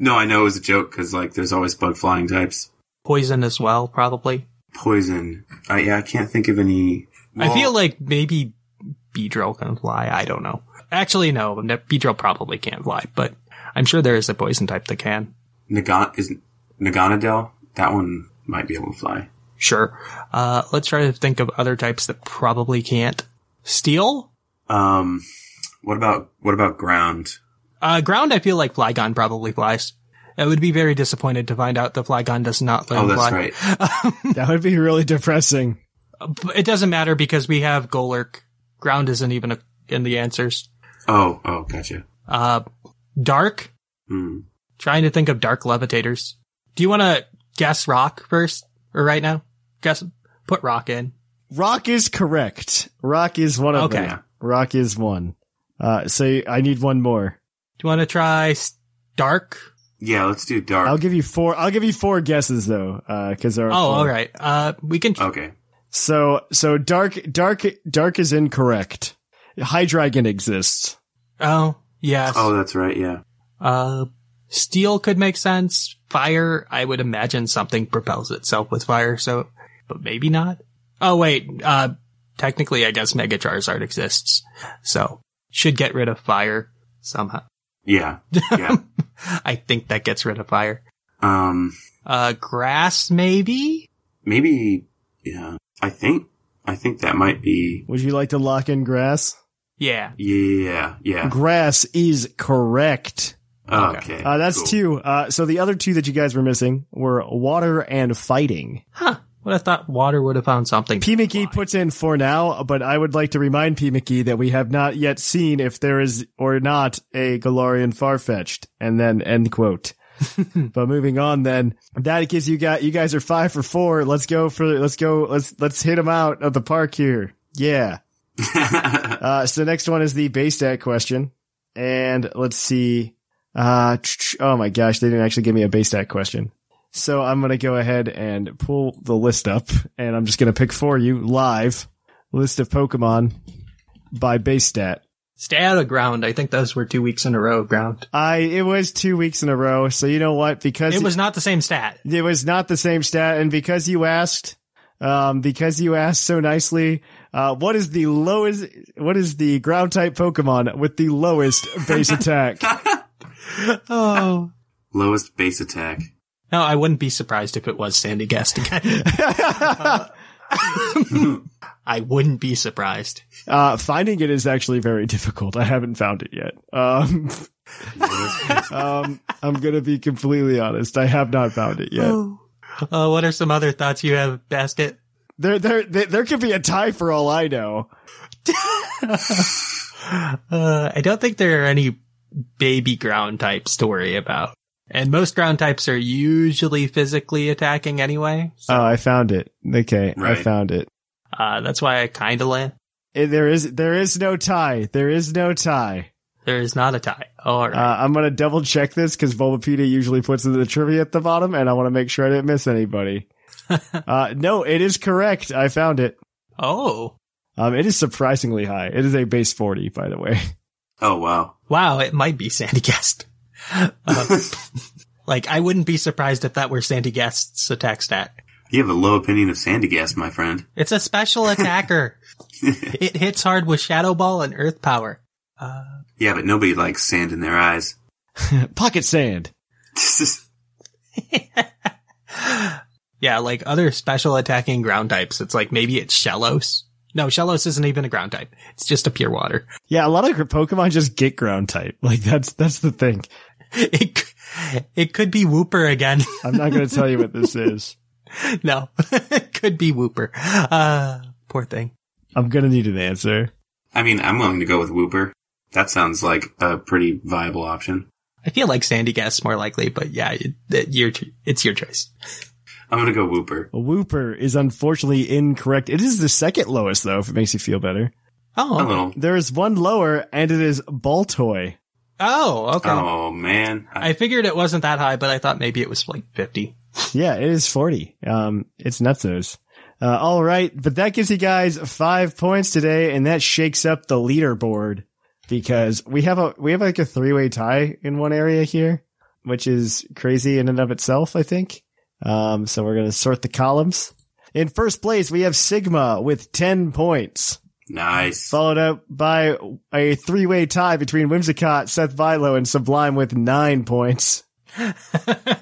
[SPEAKER 4] no, I know it was a joke because like there's always bug flying types.
[SPEAKER 5] Poison as well, probably.
[SPEAKER 4] Poison. I yeah, I can't think of any.
[SPEAKER 5] I
[SPEAKER 4] well,
[SPEAKER 5] feel like maybe Beedrill can fly. I don't know. Actually, no, ne- Beedrill probably can't fly, but I'm sure there is a poison type that can.
[SPEAKER 4] Nagon is Nagonadel. That one might be able to fly.
[SPEAKER 5] Sure. Uh, let's try to think of other types that probably can't. Steel?
[SPEAKER 4] Um, what about what about ground?
[SPEAKER 5] Uh, ground, I feel like Flygon probably flies. I would be very disappointed to find out that Flygon does not learn
[SPEAKER 4] Oh, that's
[SPEAKER 5] fly.
[SPEAKER 4] right.
[SPEAKER 1] That would be really depressing.
[SPEAKER 5] But Uh, it doesn't matter because we have Golurk. Ground isn't even a, in the answers.
[SPEAKER 4] Oh, oh, gotcha.
[SPEAKER 5] Uh, dark.
[SPEAKER 4] Hmm.
[SPEAKER 5] Trying to think of dark levitators. Do you want to guess rock first or right now? Guess put rock in.
[SPEAKER 1] Rock is correct. Rock is one of
[SPEAKER 5] Okay.
[SPEAKER 1] them. Rock is one. Uh, so I need one more.
[SPEAKER 5] Do you want to try s- dark?
[SPEAKER 4] Yeah, let's do dark.
[SPEAKER 1] I'll give you four. I'll give you four guesses though, because there are.
[SPEAKER 5] Oh,
[SPEAKER 1] four.
[SPEAKER 5] all right. Uh, we can.
[SPEAKER 4] okay.
[SPEAKER 1] So so dark dark dark is incorrect. Hydreigon exists.
[SPEAKER 5] Oh, yes.
[SPEAKER 4] Oh, that's right. Yeah.
[SPEAKER 5] Uh, steel could make sense. Fire, I would imagine something propels itself with fire, so, but maybe not. Oh, wait, uh, technically, I guess Mega Charizard exists, so should get rid of fire somehow.
[SPEAKER 4] Yeah. Yeah.
[SPEAKER 5] I think that gets rid of fire.
[SPEAKER 4] um,
[SPEAKER 5] Uh, grass, maybe?
[SPEAKER 4] maybe. Yeah. I think. I think that might be.
[SPEAKER 1] Would you like to lock in grass?
[SPEAKER 5] Yeah.
[SPEAKER 4] Yeah. Yeah.
[SPEAKER 1] Grass is correct.
[SPEAKER 4] Okay.
[SPEAKER 1] Uh, that's
[SPEAKER 4] cool.
[SPEAKER 1] two. Uh, so the other two that you guys were missing were water and fighting.
[SPEAKER 5] Huh. Would have thought water would have found something.
[SPEAKER 1] P. McGee puts in for now, but I would like to remind P. McGee that we have not yet seen if there is or not a Galarian Farfetched, and then end quote. but moving on, then that gives you guys you guys are five for four. Let's go for let's go let's let's hit them out of the park here. Yeah. Uh, so the next one is the base stat question, and let's see. Uh, tch, tch, oh my gosh, they didn't actually give me a base stat question. So I'm gonna go ahead and pull the list up, and I'm just gonna pick for you live list of Pokemon by base stat.
[SPEAKER 5] Stay out of ground. I think those were two weeks in a row of ground.
[SPEAKER 1] I it was two weeks in a row, so you know what? Because
[SPEAKER 5] It was not the same stat.
[SPEAKER 1] it was not the same stat, and because you asked, um, because you asked so nicely, uh, what is the lowest? What is the ground type Pokemon with the lowest base attack?
[SPEAKER 5] Oh.
[SPEAKER 4] Lowest base attack.
[SPEAKER 5] No, I wouldn't be surprised if it was Sandy Gastigan. I wouldn't be surprised.
[SPEAKER 1] Uh, finding it is actually very difficult. I haven't found it yet. Um, um, I'm gonna be completely honest. I have not found it yet.
[SPEAKER 5] Uh, what are some other thoughts you have, Basket?
[SPEAKER 1] There, there, there, there could be a tie for all I know.
[SPEAKER 5] Uh, I don't think there are any baby ground types to worry about. And most ground types are usually physically attacking anyway.
[SPEAKER 1] Oh, I found it. Okay, I
[SPEAKER 4] Right.
[SPEAKER 1] found it.
[SPEAKER 5] Uh, that's why I kind of land.
[SPEAKER 1] It- There is, there is no tie. There is no tie.
[SPEAKER 5] There is not a tie. All right.
[SPEAKER 1] Uh, I'm gonna double check this because Volpedia usually puts in the trivia at the bottom, and I want to make sure I didn't miss anybody. uh, no, it is correct. I found it.
[SPEAKER 5] oh.
[SPEAKER 1] Um, it is surprisingly high. It is a base 40, by the way.
[SPEAKER 4] Oh wow.
[SPEAKER 5] Wow, it might be Sandy Guest. Uh, like, I wouldn't be surprised if that were Sandy Guest's attack stat.
[SPEAKER 4] You have a low opinion of Sandy Gas, my friend.
[SPEAKER 5] It's a special attacker. it hits hard with Shadow Ball and Earth Power.
[SPEAKER 4] Yeah, but nobody likes sand in their eyes.
[SPEAKER 1] Pocket sand.
[SPEAKER 5] Yeah, like other special attacking ground types. It's like maybe it's Shellos. No, Shellos isn't even a ground type. It's just a pure water.
[SPEAKER 1] Yeah, a lot of Pokemon just get ground type. Like that's that's the thing.
[SPEAKER 5] It c- it could be Wooper again.
[SPEAKER 1] I'm not going to tell you what this is.
[SPEAKER 5] no, it could be Wooper. Uh, poor thing.
[SPEAKER 1] I'm going to need an answer.
[SPEAKER 4] I mean, I'm willing to go with Wooper. That sounds like a pretty viable option.
[SPEAKER 5] I feel like Sandy Guest more likely, but yeah, it, it- your ch- it's your choice.
[SPEAKER 4] I'm gonna go Wooper.
[SPEAKER 1] A Whooper is unfortunately incorrect. It is the second lowest though, if it makes you feel better.
[SPEAKER 4] A
[SPEAKER 5] Oh,
[SPEAKER 4] little.
[SPEAKER 1] There is one lower and it is Baltoy.
[SPEAKER 5] oh, okay.
[SPEAKER 4] Oh man. I,
[SPEAKER 5] I figured it wasn't that high, but I thought maybe it was like 50.
[SPEAKER 1] Yeah, it is 40. Um, it's nutsos. Uh, all right. But that gives you guys five points today and that shakes up the leaderboard because we have a, we have like a three way tie in one area here, which is crazy in and of itself, I think. Um, so we're going to sort the columns. In first place, we have Sigma with 10 points.
[SPEAKER 4] nice.
[SPEAKER 1] followed up by a three-way tie between Whimsicott, Seth Vilo, and Sublime with nine points. uh,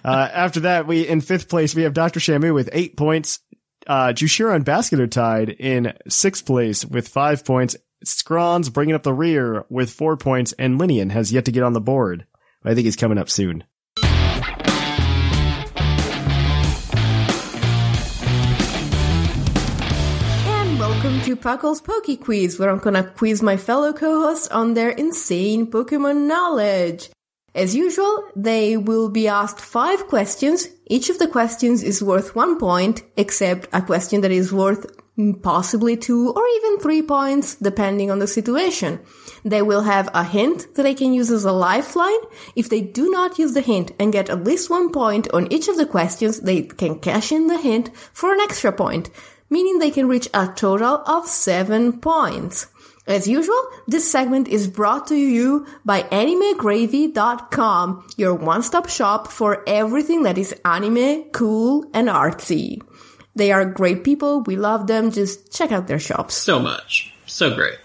[SPEAKER 1] after that, we in fifth place we have Doctor Shamu with eight points. Uh, Jushiro and Basket are tied in sixth place with five points. Scrons bringing up the rear with four points, and Linian has yet to get on the board. I think he's coming up soon.
[SPEAKER 6] And welcome to Puckle's Poke Quiz, where I'm gonna quiz my fellow co-hosts on their insane Pokemon knowledge. As usual, they will be asked five questions. Each of the questions is worth one point, except a question that is worth mm, possibly two or even three points, depending on the situation. They will have a hint that they can use as a lifeline. If they do not use the hint and get at least one point on each of the questions, they can cash in the hint for an extra point, meaning they can reach a total of seven points. As usual, this segment is brought to you by AnimeGravy.com, your one-stop shop for everything that is anime, cool, and artsy. They are great people. We love them. Just check out their shops.
[SPEAKER 2] So much. So great.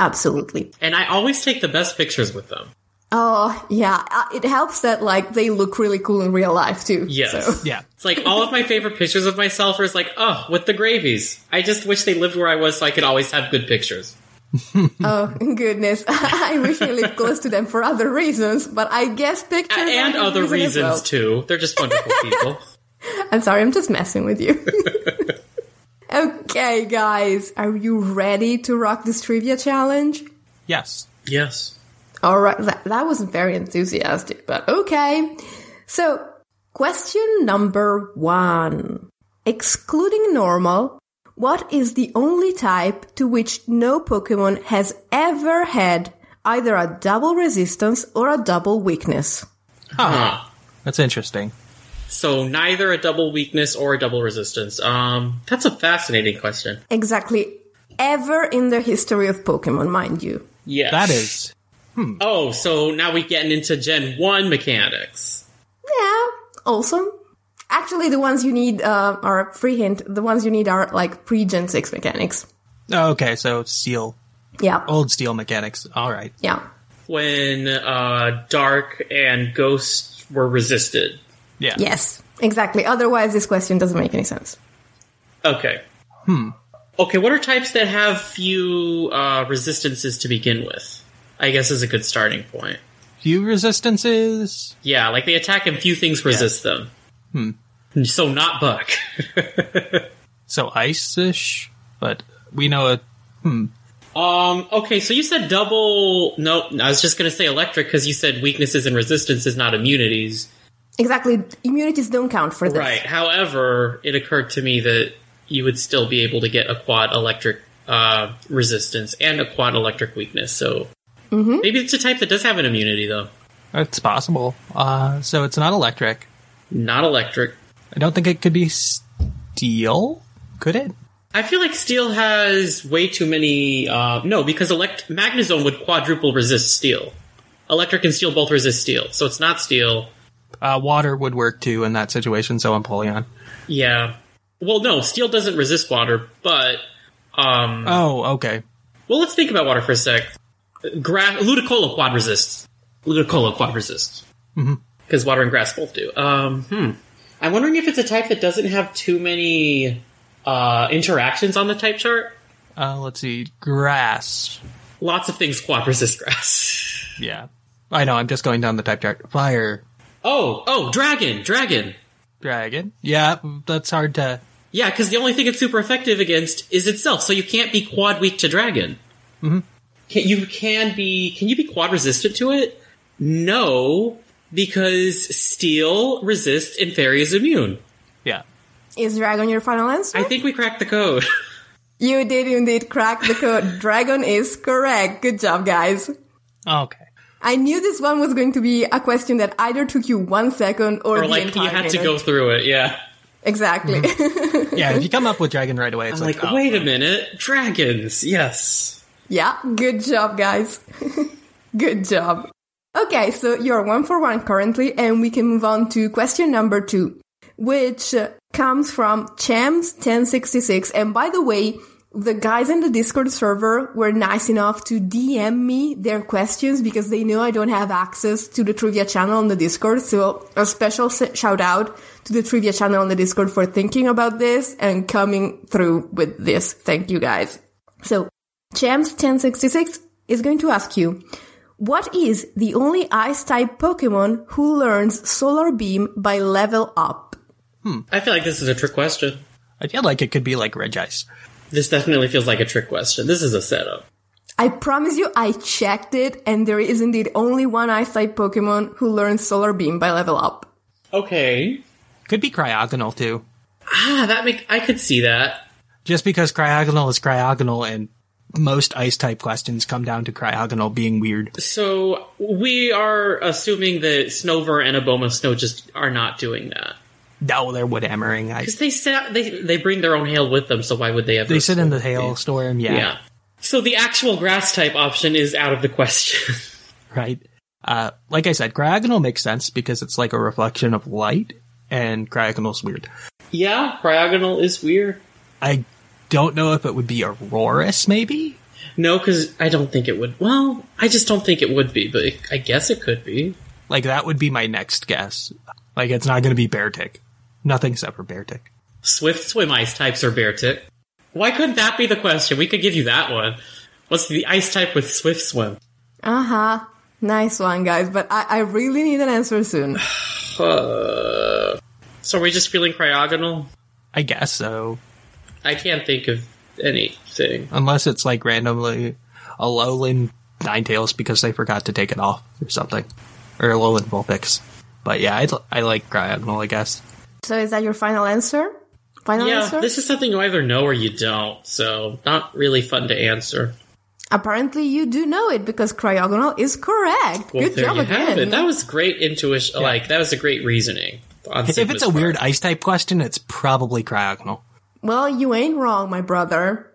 [SPEAKER 6] Absolutely.
[SPEAKER 2] And I always take the best pictures with them.
[SPEAKER 6] Oh, yeah. Uh, It helps that, like, they look really cool in real life, too.
[SPEAKER 2] Yes.
[SPEAKER 6] So-
[SPEAKER 5] Yeah.
[SPEAKER 2] It's like all of my favorite pictures of myself are just like, oh, with the gravies. I just wish they lived where I was so I could always have good pictures.
[SPEAKER 6] Oh, goodness. I wish I lived close to them for other reasons, but I guess
[SPEAKER 2] A-
[SPEAKER 6] pictures.
[SPEAKER 2] And
[SPEAKER 6] are a
[SPEAKER 2] other
[SPEAKER 6] reason as
[SPEAKER 2] reasons
[SPEAKER 6] well.
[SPEAKER 2] too. They're just wonderful people.
[SPEAKER 6] I'm sorry, I'm just messing with you. okay, guys, are you ready to rock this trivia challenge?
[SPEAKER 5] Yes.
[SPEAKER 2] Yes.
[SPEAKER 6] All right, that, that wasn't very enthusiastic, but okay. So, question number one. Excluding normal, what is the only type to which no Pokemon has ever had either a double resistance or a double weakness?
[SPEAKER 2] Huh.
[SPEAKER 5] That's interesting.
[SPEAKER 2] So neither a double weakness or a double resistance. Um, that's a fascinating question.
[SPEAKER 6] Exactly. Ever in the history of Pokemon, mind you.
[SPEAKER 2] Yes.
[SPEAKER 5] That is.
[SPEAKER 2] Oh, so now we getting into Gen 1 mechanics.
[SPEAKER 6] Yeah, awesome. Actually, the ones you need uh, are free hint. The ones you need are like pre Gen 6 mechanics.
[SPEAKER 5] oh, Okay, so steel.
[SPEAKER 6] Yeah.
[SPEAKER 5] Old steel mechanics. All right.
[SPEAKER 6] Yeah.
[SPEAKER 2] When uh, Dark and Ghost were resisted.
[SPEAKER 5] Yeah.
[SPEAKER 6] Yes, exactly. Otherwise, this question doesn't make any sense.
[SPEAKER 2] Okay. Hmm. Okay, what are types that have few uh, resistances to begin with? I guess is a good starting point.
[SPEAKER 5] Few resistances.
[SPEAKER 2] Yeah, like they attack and few things resist them. Hmm. So not Buck.
[SPEAKER 5] So ice-ish, but we know it.
[SPEAKER 2] Um, okay, so you said double. No, I was just going to say electric because you said weaknesses and resistances, not immunities.
[SPEAKER 6] Exactly. Immunities don't count for this.
[SPEAKER 2] Right. However, it occurred to me that you would still be able to get a quad electric uh, resistance and a quad electric weakness. So
[SPEAKER 6] Mm-hmm.
[SPEAKER 2] maybe it's a type that does have an immunity, though.
[SPEAKER 5] It's possible. Uh, so it's not electric.
[SPEAKER 2] Not electric.
[SPEAKER 5] I don't think it could be steel. Could it?
[SPEAKER 2] I feel like steel has way too many. Uh, no, because elect- Magnezone would quadruple resist steel. Electric and steel both resist steel, so it's not steel.
[SPEAKER 5] Uh, water would work too in that situation, so Empoleon.
[SPEAKER 2] Yeah. Well, no, steel doesn't resist water, but um.
[SPEAKER 5] Oh, okay.
[SPEAKER 2] Well, let's think about water for a sec. Gra- Ludicolo quad resists. Ludicolo quad resists. Because water and grass both do. Um, hmm. I'm wondering if it's a type that doesn't have too many uh, interactions on the type chart.
[SPEAKER 5] Uh, let's see. Grass.
[SPEAKER 2] Lots of things quad resist grass.
[SPEAKER 5] Yeah. I know, I'm just going down the type chart. Fire.
[SPEAKER 2] oh, oh, dragon, dragon.
[SPEAKER 5] Dragon. Yeah, that's hard to.
[SPEAKER 2] Yeah, because the only thing it's super effective against is itself, so you can't be quad weak to dragon. Mm-hmm. Can, you can be. Can you be quad resistant to it? No, because steel resists and fairy is immune.
[SPEAKER 5] Yeah.
[SPEAKER 6] Is dragon your final answer?
[SPEAKER 2] I think we cracked the code.
[SPEAKER 6] you did indeed crack the code. dragon is correct. Good job, guys.
[SPEAKER 5] Okay.
[SPEAKER 6] I knew this one was going to be a question that either took you one second or,
[SPEAKER 2] or
[SPEAKER 6] the
[SPEAKER 2] like you
[SPEAKER 6] entire
[SPEAKER 2] had to
[SPEAKER 6] minute.
[SPEAKER 2] go through it. Yeah.
[SPEAKER 6] Exactly.
[SPEAKER 5] Yeah, if you come up with dragon right away, it's
[SPEAKER 2] I'm like,
[SPEAKER 5] oh.
[SPEAKER 2] wait a minute, dragons. Yes.
[SPEAKER 6] Yeah, good job, guys. good job. Okay, so you're one for one currently, and we can move on to question number two, which uh, comes from Chams1066. And by the way, the guys in the Discord server were nice enough to DM me their questions because they know I don't have access to the trivia channel on the Discord. So a special s- shout out to the trivia channel on the Discord for thinking about this and coming through with this. Thank you guys. So Champs1066 is going to ask you, what is the only ice type Pokemon who learns Solar Beam by level up?
[SPEAKER 2] I feel like this is a trick question.
[SPEAKER 5] I feel like it could be like Regice.
[SPEAKER 2] This definitely feels like a trick question. This is a setup.
[SPEAKER 6] I promise you, I checked it, and there is indeed only one ice type Pokemon who learns Solar Beam by level up.
[SPEAKER 2] Okay.
[SPEAKER 5] Could be Cryogonal too.
[SPEAKER 2] Ah, that make I could see that.
[SPEAKER 5] Just because Cryogonal is Cryogonal and most ice type questions come down to Cryogonal being weird.
[SPEAKER 2] So we are assuming that Snover and Aboma Snow just are not doing that
[SPEAKER 5] No, Oh, they're wood hammering. I,
[SPEAKER 2] because they sit out, they they bring their own hail with them. So why would they have?
[SPEAKER 5] they
[SPEAKER 2] those-
[SPEAKER 5] sit in the hailstorm. Yeah,
[SPEAKER 2] yeah. So the actual grass type option is out of the question.
[SPEAKER 5] right. Uh, like I said, Cryogonal makes sense because it's like a reflection of light, and Cryogonal's weird.
[SPEAKER 2] yeah, Cryogonal is weird.
[SPEAKER 5] I don't know if it would be Aurorus, maybe.
[SPEAKER 2] No, because I don't think it would. Well, I just don't think it would be, but it, I guess it could be.
[SPEAKER 5] Like that would be my next guess. Like it's not going to be Bear Tick. Nothing except for Bear Tick.
[SPEAKER 2] Swift swim ice types are bear tick. Why couldn't that be the question? We could give you that one. What's the ice type with swift swim?
[SPEAKER 6] Uh huh. Nice one, guys, but I, I really need an answer soon.
[SPEAKER 2] Uh, so are we just feeling cryogonal?
[SPEAKER 5] I guess so.
[SPEAKER 2] I can't think of anything.
[SPEAKER 5] Unless it's like randomly a Lowland Ninetales because they forgot to take it off or something. Or a Lowland Vulpix. But yeah, I, I like Cryogonal, I guess.
[SPEAKER 6] So is that your final answer? Final
[SPEAKER 2] Yeah,
[SPEAKER 6] answer?
[SPEAKER 2] this is something you either know or you don't, so not really fun to answer.
[SPEAKER 6] Apparently you do know it because Cryogonal is correct.
[SPEAKER 2] Well,
[SPEAKER 6] Good
[SPEAKER 2] there
[SPEAKER 6] job
[SPEAKER 2] you
[SPEAKER 6] again.
[SPEAKER 2] have it. That was great intuition. Like that was a great reasoning. on
[SPEAKER 5] if
[SPEAKER 2] Sigma's
[SPEAKER 5] it's a
[SPEAKER 2] part.
[SPEAKER 5] weird ice type question, it's probably Cryogonal.
[SPEAKER 6] Well, you ain't wrong, my brother.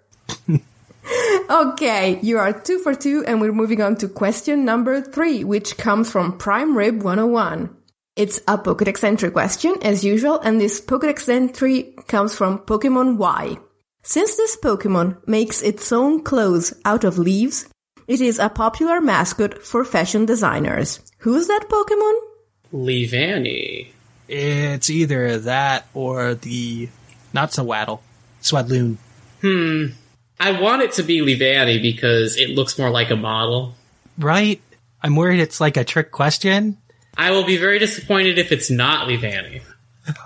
[SPEAKER 6] okay, you are two for two, and we're moving on to question number three, which comes from Prime Rib 101. It's a Pokedex entry question, as usual, and this Pokedex entry comes from Pokemon Y. Since this Pokemon makes its own clothes out of leaves, it is a popular mascot for fashion designers. Who's that Pokemon?
[SPEAKER 2] Levani.
[SPEAKER 5] It's either that or the not so waddle. Swadloon.
[SPEAKER 2] I want it to be Levani because it looks more like a model.
[SPEAKER 5] Right? I'm worried it's like a trick question.
[SPEAKER 2] I will be very disappointed if it's not Levani.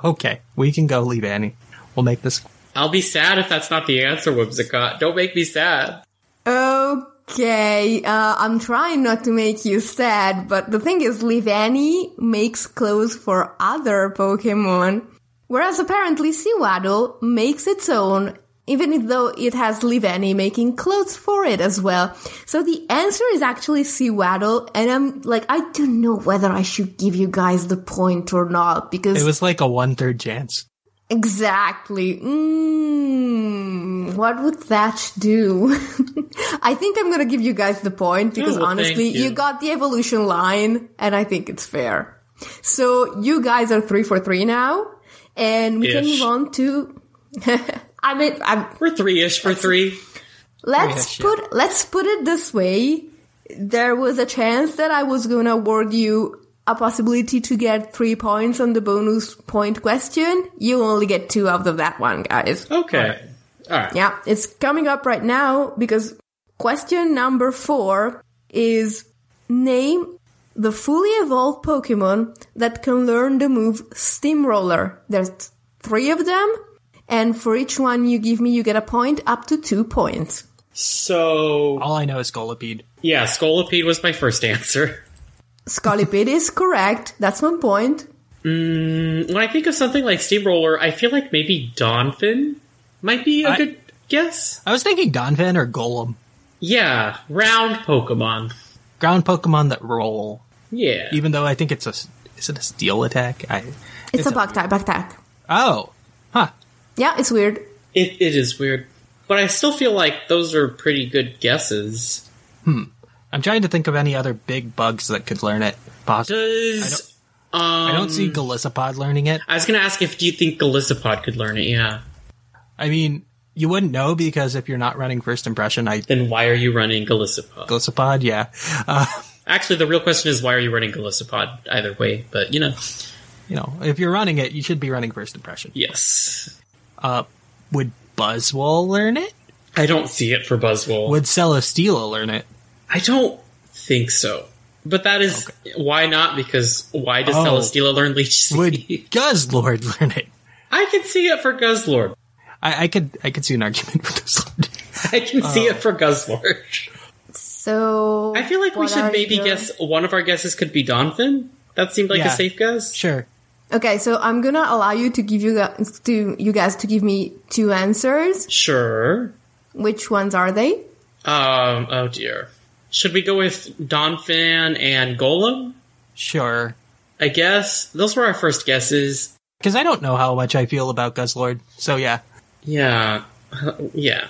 [SPEAKER 5] Okay, we can go leave Annie. We'll make this
[SPEAKER 2] I'll be sad if that's not the answer, Whimsicott. Don't make me sad.
[SPEAKER 6] Okay, uh, I'm trying not to make you sad, but the thing is, Livani makes clothes for other Pokemon, whereas apparently Seawaddle makes its own, even though it has Livani making clothes for it as well. So the answer is actually Seawaddle, and I'm like, I don't know whether I should give you guys the point or not, because
[SPEAKER 5] It was like a one third chance.
[SPEAKER 6] Exactly. Mm, what would Thatch do? I think I'm gonna give you guys the point because
[SPEAKER 2] Oh, well,
[SPEAKER 6] honestly,
[SPEAKER 2] thank you.
[SPEAKER 6] you got the evolution line, and I think it's fair. So you guys are three for three now, and we can
[SPEAKER 2] Ish.
[SPEAKER 6] move on to. I
[SPEAKER 5] Oh,
[SPEAKER 6] mean, I'm,
[SPEAKER 2] We're three ish for three.
[SPEAKER 6] let's put let's put it this way. There was a chance that I was gonna award you a possibility to get three points on the bonus point question. You only get two out of that one, guys.
[SPEAKER 2] Okay. All right.
[SPEAKER 6] Yeah, it's coming up right now because question number four is name the fully evolved Pokemon that can learn the move Steamroller. There's three of them, and for each one you give me, you get a point up to two points.
[SPEAKER 2] So
[SPEAKER 5] All I know is Golipede.
[SPEAKER 2] yeah, Scolipede was my first answer.
[SPEAKER 6] Scolipede is correct. That's one point.
[SPEAKER 2] Mm, When I think of something like Steamroller, I feel like maybe Donphin might be a
[SPEAKER 5] I-
[SPEAKER 2] good guess.
[SPEAKER 5] I was thinking Donphan or Golem.
[SPEAKER 2] Yeah, round Pokemon.
[SPEAKER 5] Ground Pokemon that roll.
[SPEAKER 2] Yeah.
[SPEAKER 5] Even though I think it's a s- is it a steel attack? I
[SPEAKER 6] It's, a bug type attack.
[SPEAKER 5] oh huh
[SPEAKER 6] Yeah, it's weird.
[SPEAKER 2] It, it is weird. But I still feel like those are pretty good guesses.
[SPEAKER 5] I'm trying to think of any other big bugs that could learn it. Possibly.
[SPEAKER 2] Does. I um,
[SPEAKER 5] I don't see Galissapod learning it.
[SPEAKER 2] I was going to ask if do you think Galissapod could learn it? Yeah.
[SPEAKER 5] I mean, you wouldn't know because if you're not running first impression, I
[SPEAKER 2] Then why are you running Galissapod?
[SPEAKER 5] Galissapod, yeah. Uh,
[SPEAKER 2] Actually, the real question is why are you running Galissapod either way? But, you know,
[SPEAKER 5] you know, if you're running it, you should be running first impression. Uh,
[SPEAKER 2] yes.
[SPEAKER 5] Would Buzzwole learn it?
[SPEAKER 2] I don't see it for Buzzwole.
[SPEAKER 5] Would Celesteela learn it?
[SPEAKER 2] I don't think so. But that is why not? Because why does
[SPEAKER 5] Oh.
[SPEAKER 2] Celesteela learn Leech Seed?
[SPEAKER 5] Would Guzzlord learn it?
[SPEAKER 2] I can see it for Guzzlord.
[SPEAKER 5] I, I could I could see an argument with this.
[SPEAKER 2] I can see
[SPEAKER 5] Oh.
[SPEAKER 2] it for Guzzlord.
[SPEAKER 6] So
[SPEAKER 2] I feel like we
[SPEAKER 6] what
[SPEAKER 2] should
[SPEAKER 6] are
[SPEAKER 2] maybe
[SPEAKER 6] your-
[SPEAKER 2] guess one of our guesses could be Donphin. That seemed like a
[SPEAKER 5] Yeah.
[SPEAKER 2] safe guess.
[SPEAKER 5] sure.
[SPEAKER 6] Okay, so I'm gonna allow you to give you guys to you guys to give me two answers.
[SPEAKER 2] Sure.
[SPEAKER 6] Which ones are they?
[SPEAKER 2] Um, oh dear. Should we go with Donphin and Golem?
[SPEAKER 5] Sure.
[SPEAKER 2] I guess. Those were our first guesses.
[SPEAKER 5] Because I don't know how much I feel about Guzzlord. So yeah.
[SPEAKER 2] Yeah. yeah.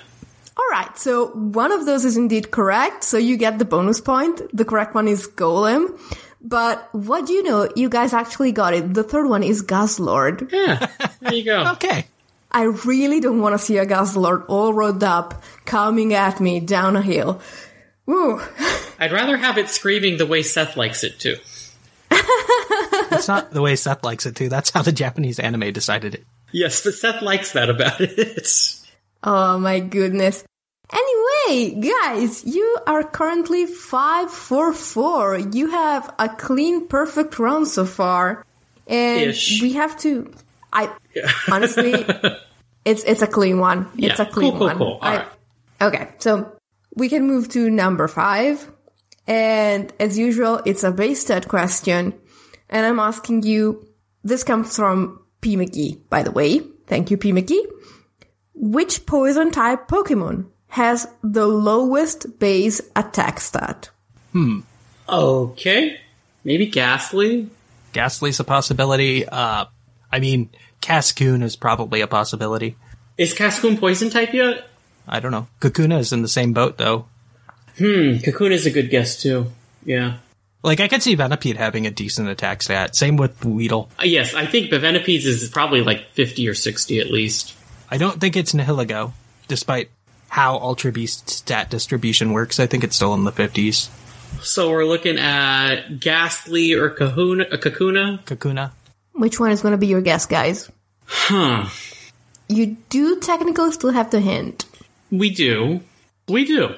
[SPEAKER 6] All right, so one of those is indeed correct, so you get the bonus point. The correct one is Golem. But what do you know? You guys actually got it. The third one is Guzzlord.
[SPEAKER 2] Yeah. There you go.
[SPEAKER 5] Okay.
[SPEAKER 6] I really don't want to see a Guzzlord all rolled up coming at me down a hill. Woo.
[SPEAKER 2] I'd rather have it screaming the way Seth likes it too.
[SPEAKER 5] That's not the way Seth likes it too. That's how the Japanese anime decided it.
[SPEAKER 2] Yes, but Seth likes that about it.
[SPEAKER 6] Oh my goodness. Anyway, guys, you are currently 5 4 4. You have a clean, perfect round so far. And
[SPEAKER 2] Ish.
[SPEAKER 6] we have to. I honestly, it's it's a clean one.
[SPEAKER 2] Yeah,
[SPEAKER 6] It's a clean
[SPEAKER 2] cool, cool,
[SPEAKER 6] one.
[SPEAKER 2] cool. All
[SPEAKER 6] I-
[SPEAKER 2] right.
[SPEAKER 6] Okay, so we can move to number five. And as usual, it's a base stat question. And I'm asking you this comes from P. McGee, by the way. Thank you, P. McGee. Which poison type Pokemon has the lowest base attack stat?
[SPEAKER 2] Okay. Maybe Ghastly?
[SPEAKER 5] Ghastly's a possibility. Uh, I mean, Cascoon is probably a possibility.
[SPEAKER 2] Is Cascoon poison type yet?
[SPEAKER 5] I don't know. Kakuna is in the same boat though.
[SPEAKER 2] Cocoon is a good guess too. Yeah.
[SPEAKER 5] Like I could see Venipede having a decent attack stat. Same with Weedle.
[SPEAKER 2] Uh, Yes, I think Bivenipedes is probably like 50 or 60 at least.
[SPEAKER 5] I don't think it's Nihiligo, despite how Ultra Beast stat distribution works. I think it's still in the fifties.
[SPEAKER 2] So we're looking at Ghastly or Kahuna, uh, Kakuna.
[SPEAKER 5] Kakuna.
[SPEAKER 6] Which one is going to be your guess, guys?
[SPEAKER 2] Huh.
[SPEAKER 6] You do technically still have the hint.
[SPEAKER 2] We do. We do.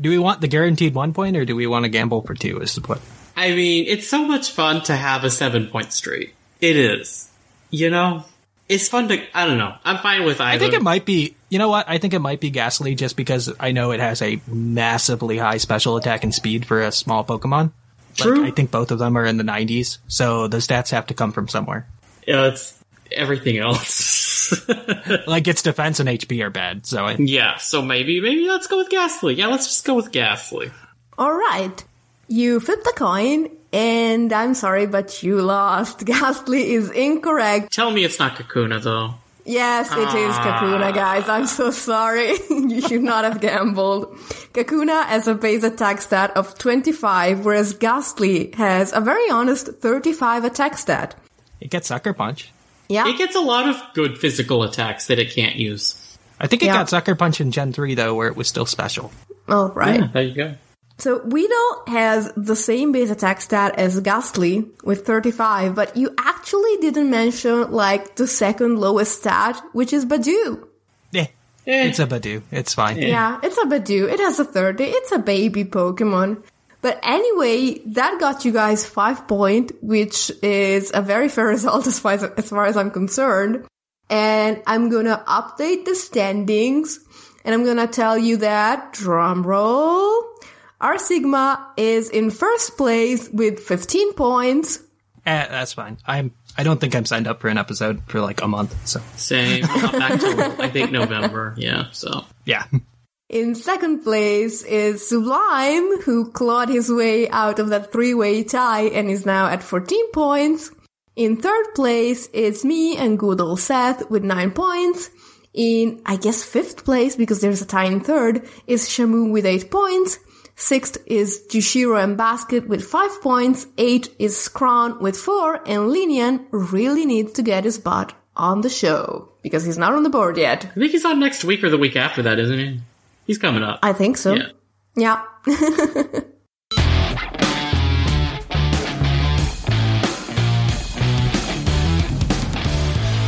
[SPEAKER 5] Do we want the guaranteed one point, or do we want to gamble for two? Is the point?
[SPEAKER 2] I mean, it's so much fun to have a seven point streak. It is. You know? It's fun to. I don't know. I'm fine with either.
[SPEAKER 5] I think it might be. You know what? I think it might be Ghastly, just because I know it has a massively high special attack and speed for a small Pokemon.
[SPEAKER 2] True.
[SPEAKER 5] Like, I think both of them are in the nineties, so the stats have to come from somewhere.
[SPEAKER 2] Yeah, it's everything else.
[SPEAKER 5] Like its defense and HP are bad, so I,
[SPEAKER 2] yeah, so maybe maybe let's go with Ghastly. Yeah, let's just go with Ghastly.
[SPEAKER 6] All right. You flipped a coin, and I'm sorry, but you lost. Ghastly is incorrect.
[SPEAKER 2] Tell me it's not Kakuna though.
[SPEAKER 6] Yes, it is Kakuna, guys. I'm so sorry. you should not have gambled. Kakuna has a base attack stat of 25, whereas Ghastly has a very honest 35 attack stat.
[SPEAKER 5] It gets sucker punch.
[SPEAKER 6] Yeah.
[SPEAKER 2] It gets a lot of good physical attacks that it can't use.
[SPEAKER 5] I think it
[SPEAKER 6] Yeah.
[SPEAKER 5] got sucker punch in Gen three though, where it was still special.
[SPEAKER 6] All right.
[SPEAKER 2] Yeah, there you go.
[SPEAKER 6] So Weedle has the same base attack stat as Ghastly with 35, but you actually didn't mention like the second lowest stat, which is Badu.
[SPEAKER 5] Yeah,
[SPEAKER 2] Eh.
[SPEAKER 5] it's a Badoo. It's fine. Eh,
[SPEAKER 6] Yeah, it's a Badoo. It has a 30. It's a baby Pokemon. But anyway, that got you guys five point, which is a very fair result as far as, as far as I'm concerned. And I'm gonna update the standings and I'm gonna tell you that drum roll. Our Sigma is in first place with 15 points.
[SPEAKER 5] Eh, that's fine. I'm. I don't think I'm signed up for an episode for like a month. So
[SPEAKER 2] Same. Not back till I think November. Yeah. So
[SPEAKER 5] yeah,
[SPEAKER 6] In second place is Sublime, who clawed his way out of that three-way tie and is now at 14 points. In third place is me and good old Seth with 9 points. In, I guess, fifth place, because there's a tie in third, is Shamu with 8 points. Sixth is Jushiro and Basket with 5 points. Eight is Scron with 4. And Linian really needs to get his butt on the show, because he's not on the board yet.
[SPEAKER 2] I think he's on next week or the week after that, isn't he? He's coming up.
[SPEAKER 6] I think so.
[SPEAKER 2] Yeah.
[SPEAKER 6] Yeah.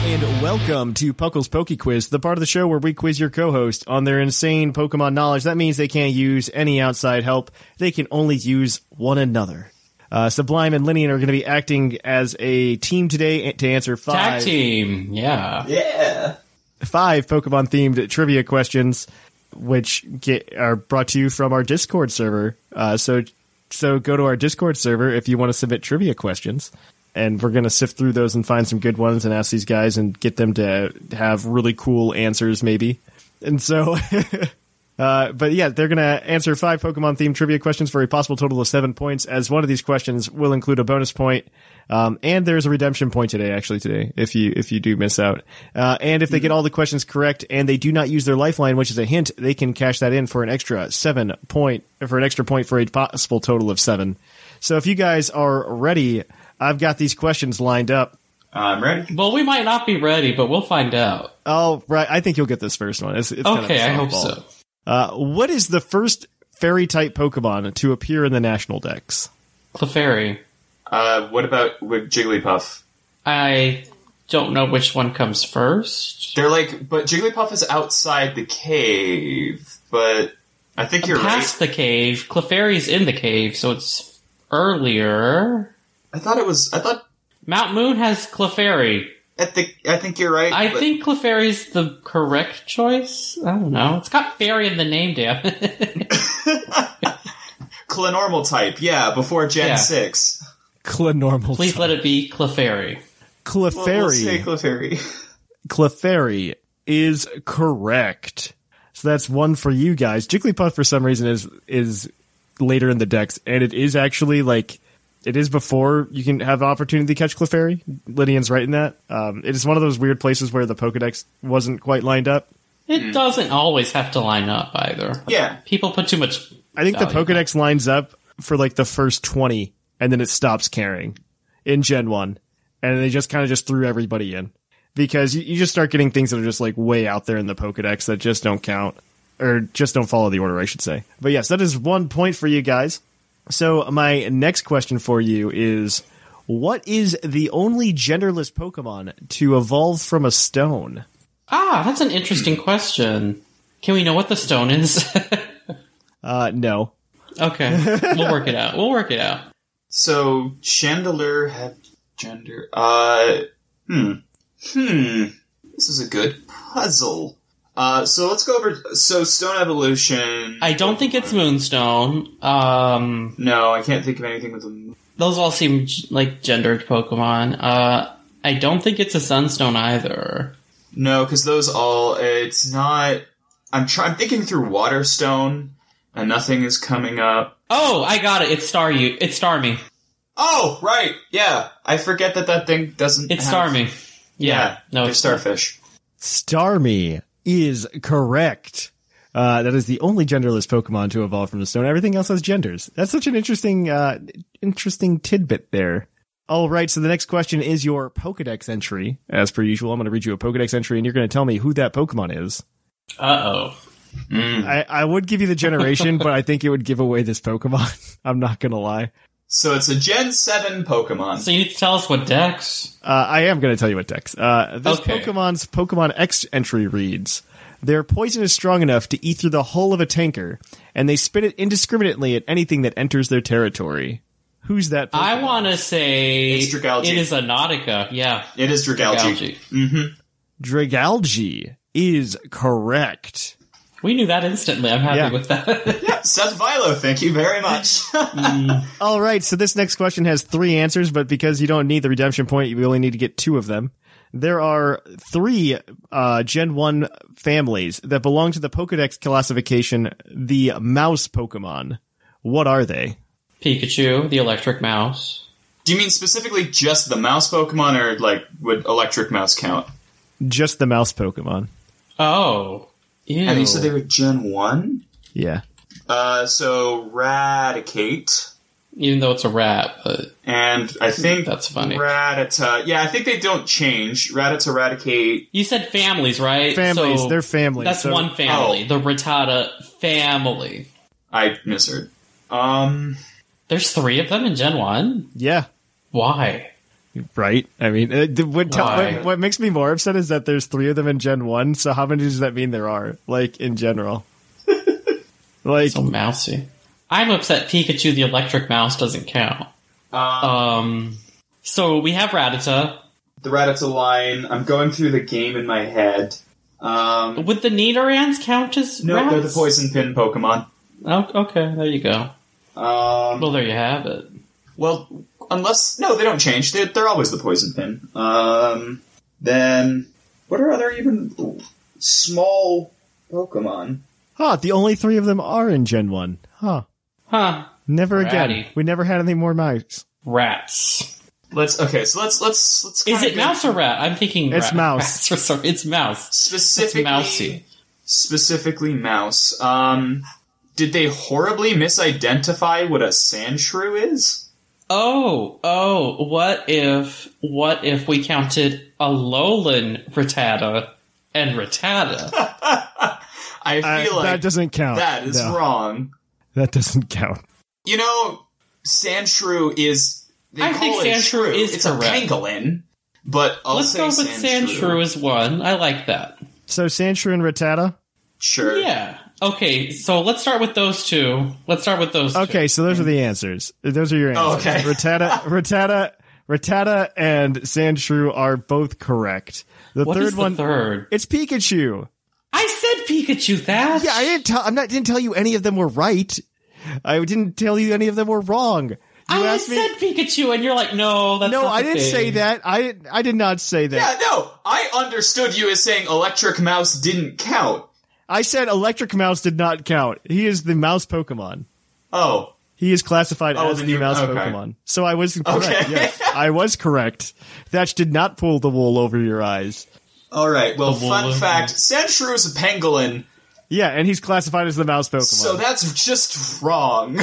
[SPEAKER 1] And welcome to Puckle's Poke Quiz, the part of the show where we quiz your co-host on their insane Pokemon knowledge. That means they can't use any outside help. They can only use one another. Uh, Sublime and Linian are going to be acting as a team today to answer
[SPEAKER 2] Tag
[SPEAKER 1] five
[SPEAKER 2] team. Yeah.
[SPEAKER 1] five Pokemon themed trivia questions, which get, are brought to you from our Discord server. Uh, so, so go to our Discord server if you want to submit trivia questions, and we're gonna sift through those and find some good ones and ask these guys and get them to have really cool answers, maybe. And so. Uh, but yeah, they're going to answer five Pokemon themed trivia questions for a possible total of seven points. As one of these questions will include a bonus point, um, and there's a redemption point today. Actually, today, if you if you do miss out, uh, and if they get all the questions correct and they do not use their lifeline, which is a hint, they can cash that in for an extra seven point for an extra point for a possible total of seven. So if you guys are ready, I've got these questions lined up.
[SPEAKER 7] I'm ready.
[SPEAKER 2] Well, we might not be ready, but we'll find out.
[SPEAKER 1] Oh, right, I think you'll get this first one. It's, it's kind of a
[SPEAKER 2] okay, I hope
[SPEAKER 1] softball.
[SPEAKER 2] so.
[SPEAKER 1] Uh, what is the first fairy type Pokemon to appear in the national decks?
[SPEAKER 2] Clefairy.
[SPEAKER 7] Uh, what about with Jigglypuff?
[SPEAKER 2] I don't know which one comes first.
[SPEAKER 7] They're like, but Jigglypuff is outside the cave, but I think you're
[SPEAKER 2] Past
[SPEAKER 7] right.
[SPEAKER 2] the cave. Clefairy's in the cave, so it's earlier.
[SPEAKER 7] I thought it was. I thought
[SPEAKER 2] Mount Moon has Clefairy.
[SPEAKER 7] at the. I think you're right.
[SPEAKER 2] I
[SPEAKER 7] but-
[SPEAKER 2] think Clefairy's the correct choice. I don't know. It's got fairy in the name, damn it.
[SPEAKER 7] Clenormal type. Yeah, before Gen
[SPEAKER 2] Yeah.
[SPEAKER 7] six.
[SPEAKER 1] Clenormal.
[SPEAKER 2] Please let it be Clefairy.
[SPEAKER 7] Well, we'll say
[SPEAKER 1] Clefairy.
[SPEAKER 7] Clefairy.
[SPEAKER 1] Clefairy is correct. So that's one for you guys. Jigglypuff for some reason is is later in the decks, and it is actually like it is before you can have the opportunity to catch Clefairy. Lydian's right in that. Um, it is one of those weird places where the Pokedex wasn't quite lined up.
[SPEAKER 2] It doesn't always have to line up either.
[SPEAKER 7] Hmm. Yeah.
[SPEAKER 2] People put too much.
[SPEAKER 1] I think the
[SPEAKER 2] value.
[SPEAKER 1] Pokedex lines up for like the first 20 and then it stops caring in Gen 1. And they just kind of just threw everybody in because you, you just start getting things that are just like way out there in the Pokedex that just don't count or just don't follow the order, I should say. But yes, that is one point for you guys. So my next question for you is what is the only genderless Pokemon to evolve from a stone?
[SPEAKER 2] Ah, that's an
[SPEAKER 7] Hmm.
[SPEAKER 2] interesting question. Can we know what the stone is?
[SPEAKER 1] Uh, no.
[SPEAKER 2] okay, we'll work it out. We'll work it out.
[SPEAKER 7] So chandelier had gender. Uh, hmm, hmm. This is a good puzzle. Uh, so let's go over. So stone evolution.
[SPEAKER 2] I don't think it's moonstone. Um,
[SPEAKER 7] No, I can't think of anything with a. m-
[SPEAKER 2] those all seem g- like gendered Pokemon. Uh, I don't think it's a sunstone either.
[SPEAKER 7] No, because those all. It's not. I'm trying. I'm thinking through water stone, and nothing is coming up.
[SPEAKER 2] Oh, I got it. It's Star you. It's Starmie.
[SPEAKER 7] Oh, right. Yeah, I forget that that thing doesn't.
[SPEAKER 2] It's
[SPEAKER 7] have-
[SPEAKER 2] Starmie. Yeah. No,
[SPEAKER 7] they're
[SPEAKER 2] it's
[SPEAKER 7] starfish.
[SPEAKER 1] Starmie is correct. Uh, that is the only genderless Pokemon to evolve from the stone. Everything else has genders. That's such an interesting, uh, interesting tidbit there. All right. So the next question is your Pokedex entry. As per usual, I'm going to read you a Pokedex entry and you're going to tell me who that Pokemon is.
[SPEAKER 2] Uh oh.
[SPEAKER 1] I, I would give you the generation, but I think it would give away this Pokemon. I'm not going to lie.
[SPEAKER 7] So it's a Gen 7 Pokemon.
[SPEAKER 2] So you need to tell us what Dex.
[SPEAKER 1] Uh, I am going to tell you what Dex. Uh, this
[SPEAKER 2] Okay.
[SPEAKER 1] Pokemon's Pokemon X entry reads: Their poison is strong enough to eat through the hull of a tanker, and they spit it indiscriminately at anything that enters their territory. Who's that? Pokemon?
[SPEAKER 2] I want to say
[SPEAKER 7] It's Dragalge.
[SPEAKER 2] it is a Nautica. Yeah.
[SPEAKER 7] It is Dragalge.
[SPEAKER 2] Dragalge.
[SPEAKER 1] Dragalge is correct.
[SPEAKER 2] We knew that instantly. I'm happy
[SPEAKER 1] Yeah.
[SPEAKER 2] with that.
[SPEAKER 7] Seth Vilo, thank you very much.
[SPEAKER 1] All right, so this next question has three answers, but because you don't need the redemption point, you only need to get two of them. There are three uh, Gen 1 families that belong to the Pokedex classification, the mouse Pokemon. What are they?
[SPEAKER 2] Pikachu, the electric mouse.
[SPEAKER 7] Do you mean specifically just the mouse Pokemon, or like would electric mouse count?
[SPEAKER 1] Just the mouse Pokemon.
[SPEAKER 2] Oh. Ew.
[SPEAKER 7] And you said they were Gen 1?
[SPEAKER 1] Yeah.
[SPEAKER 7] Uh, so Radicate.
[SPEAKER 2] Even though it's a rat, but
[SPEAKER 7] And I think
[SPEAKER 2] That's funny.
[SPEAKER 7] Ratata. Yeah, I think they don't change. Ratata, Radicate.
[SPEAKER 2] you said families, right?
[SPEAKER 1] Families,
[SPEAKER 2] So
[SPEAKER 1] they're families,
[SPEAKER 2] That's
[SPEAKER 1] so-
[SPEAKER 2] one family.
[SPEAKER 7] Oh.
[SPEAKER 2] The Rattata family.
[SPEAKER 7] I misheard. Um,
[SPEAKER 2] There's three of them in Gen One.
[SPEAKER 1] Yeah.
[SPEAKER 2] Why?
[SPEAKER 1] Right? I mean, uh, th- what, tell-
[SPEAKER 2] Why?
[SPEAKER 1] what, what makes me more upset is that there's three of them in Gen 1, so how many does that mean there are, like, in general? like,
[SPEAKER 2] So mousy. I'm upset Pikachu the electric mouse doesn't count. Um, so we have Rattata.
[SPEAKER 7] the Ratata line. I'm going through the game in my head. Um,
[SPEAKER 2] Would the Nidorans count as
[SPEAKER 7] no,
[SPEAKER 2] rats?
[SPEAKER 7] they're the poison pin Pokemon.
[SPEAKER 2] Oh, okay, there you go.
[SPEAKER 7] Um,
[SPEAKER 2] Well, there you have it.
[SPEAKER 7] Well, unless no, they don't change. They're, they're always the poison pin. Um, then what are other even ooh, small Pokemon?
[SPEAKER 1] huh, the only three of them are in Gen 1. Huh.
[SPEAKER 2] Huh.
[SPEAKER 1] Never again.
[SPEAKER 2] Ratty.
[SPEAKER 1] We never had any more mice.
[SPEAKER 2] Rats.
[SPEAKER 7] Let's okay. So let's let's let's.
[SPEAKER 2] Is
[SPEAKER 7] kinda
[SPEAKER 2] it
[SPEAKER 7] go
[SPEAKER 2] mouse or rat? I'm thinking
[SPEAKER 1] It's
[SPEAKER 2] rat.
[SPEAKER 1] mouse.
[SPEAKER 2] Rats are- sorry, it's mouse.
[SPEAKER 7] specifically?
[SPEAKER 2] It's mousy.
[SPEAKER 7] Specifically, mouse. Um, did they horribly misidentify what a Sandshrew is?
[SPEAKER 2] Oh, oh, what if, what if we counted a Alolan Rattata and Rattata?
[SPEAKER 7] I feel
[SPEAKER 1] Uh,
[SPEAKER 7] like
[SPEAKER 1] that doesn't count.
[SPEAKER 7] that is
[SPEAKER 1] No,
[SPEAKER 7] wrong.
[SPEAKER 1] That doesn't count.
[SPEAKER 7] You know, Sandshrew is. They
[SPEAKER 2] I
[SPEAKER 7] call
[SPEAKER 2] think
[SPEAKER 7] it a
[SPEAKER 2] Sandshrew
[SPEAKER 7] shrew.
[SPEAKER 2] is
[SPEAKER 7] it's
[SPEAKER 2] correct.
[SPEAKER 7] a pangolin, but I'll
[SPEAKER 2] Let's
[SPEAKER 7] say
[SPEAKER 2] go with Sandshrew as one. I like that.
[SPEAKER 1] So Sandshrew and Rattata.
[SPEAKER 7] Sure.
[SPEAKER 2] Yeah. Okay, so let's start with those two. Let's start with those two.
[SPEAKER 1] Okay, so those are the answers. Those are your
[SPEAKER 7] Oh,
[SPEAKER 1] answers.
[SPEAKER 7] okay.
[SPEAKER 1] Rattata, Rattata, Rattata, and Sandshrew are both correct. The
[SPEAKER 2] What
[SPEAKER 1] third
[SPEAKER 2] is the
[SPEAKER 1] one,
[SPEAKER 2] third?
[SPEAKER 1] it's Pikachu.
[SPEAKER 2] I said Pikachu that.
[SPEAKER 1] Yeah, I didn't tell. I'm not didn't tell you any of them were right. I didn't tell you any of them were wrong. You
[SPEAKER 2] I
[SPEAKER 1] asked me.
[SPEAKER 2] said Pikachu, and you're like, no, that's
[SPEAKER 1] no,
[SPEAKER 2] not
[SPEAKER 1] I
[SPEAKER 2] the
[SPEAKER 1] didn't
[SPEAKER 2] thing.
[SPEAKER 1] say that. I didn't. I did not say that.
[SPEAKER 7] Yeah, no, I understood you as saying electric mouse didn't count.
[SPEAKER 1] I said Electric Mouse did not count. He is the mouse Pokemon.
[SPEAKER 7] Oh,
[SPEAKER 1] He is classified
[SPEAKER 7] Oh,
[SPEAKER 1] as
[SPEAKER 7] then
[SPEAKER 1] the
[SPEAKER 7] you-
[SPEAKER 1] mouse
[SPEAKER 7] okay.
[SPEAKER 1] Pokemon. So I was correct.
[SPEAKER 7] Okay.
[SPEAKER 1] Yes, I was correct. Thatch did not pull the wool over your eyes.
[SPEAKER 7] all right. Well, fun
[SPEAKER 2] wolverine.
[SPEAKER 7] fact: Sandshrew is a pangolin,
[SPEAKER 1] Yeah, and he's classified as the mouse Pokemon.
[SPEAKER 7] so that's just wrong.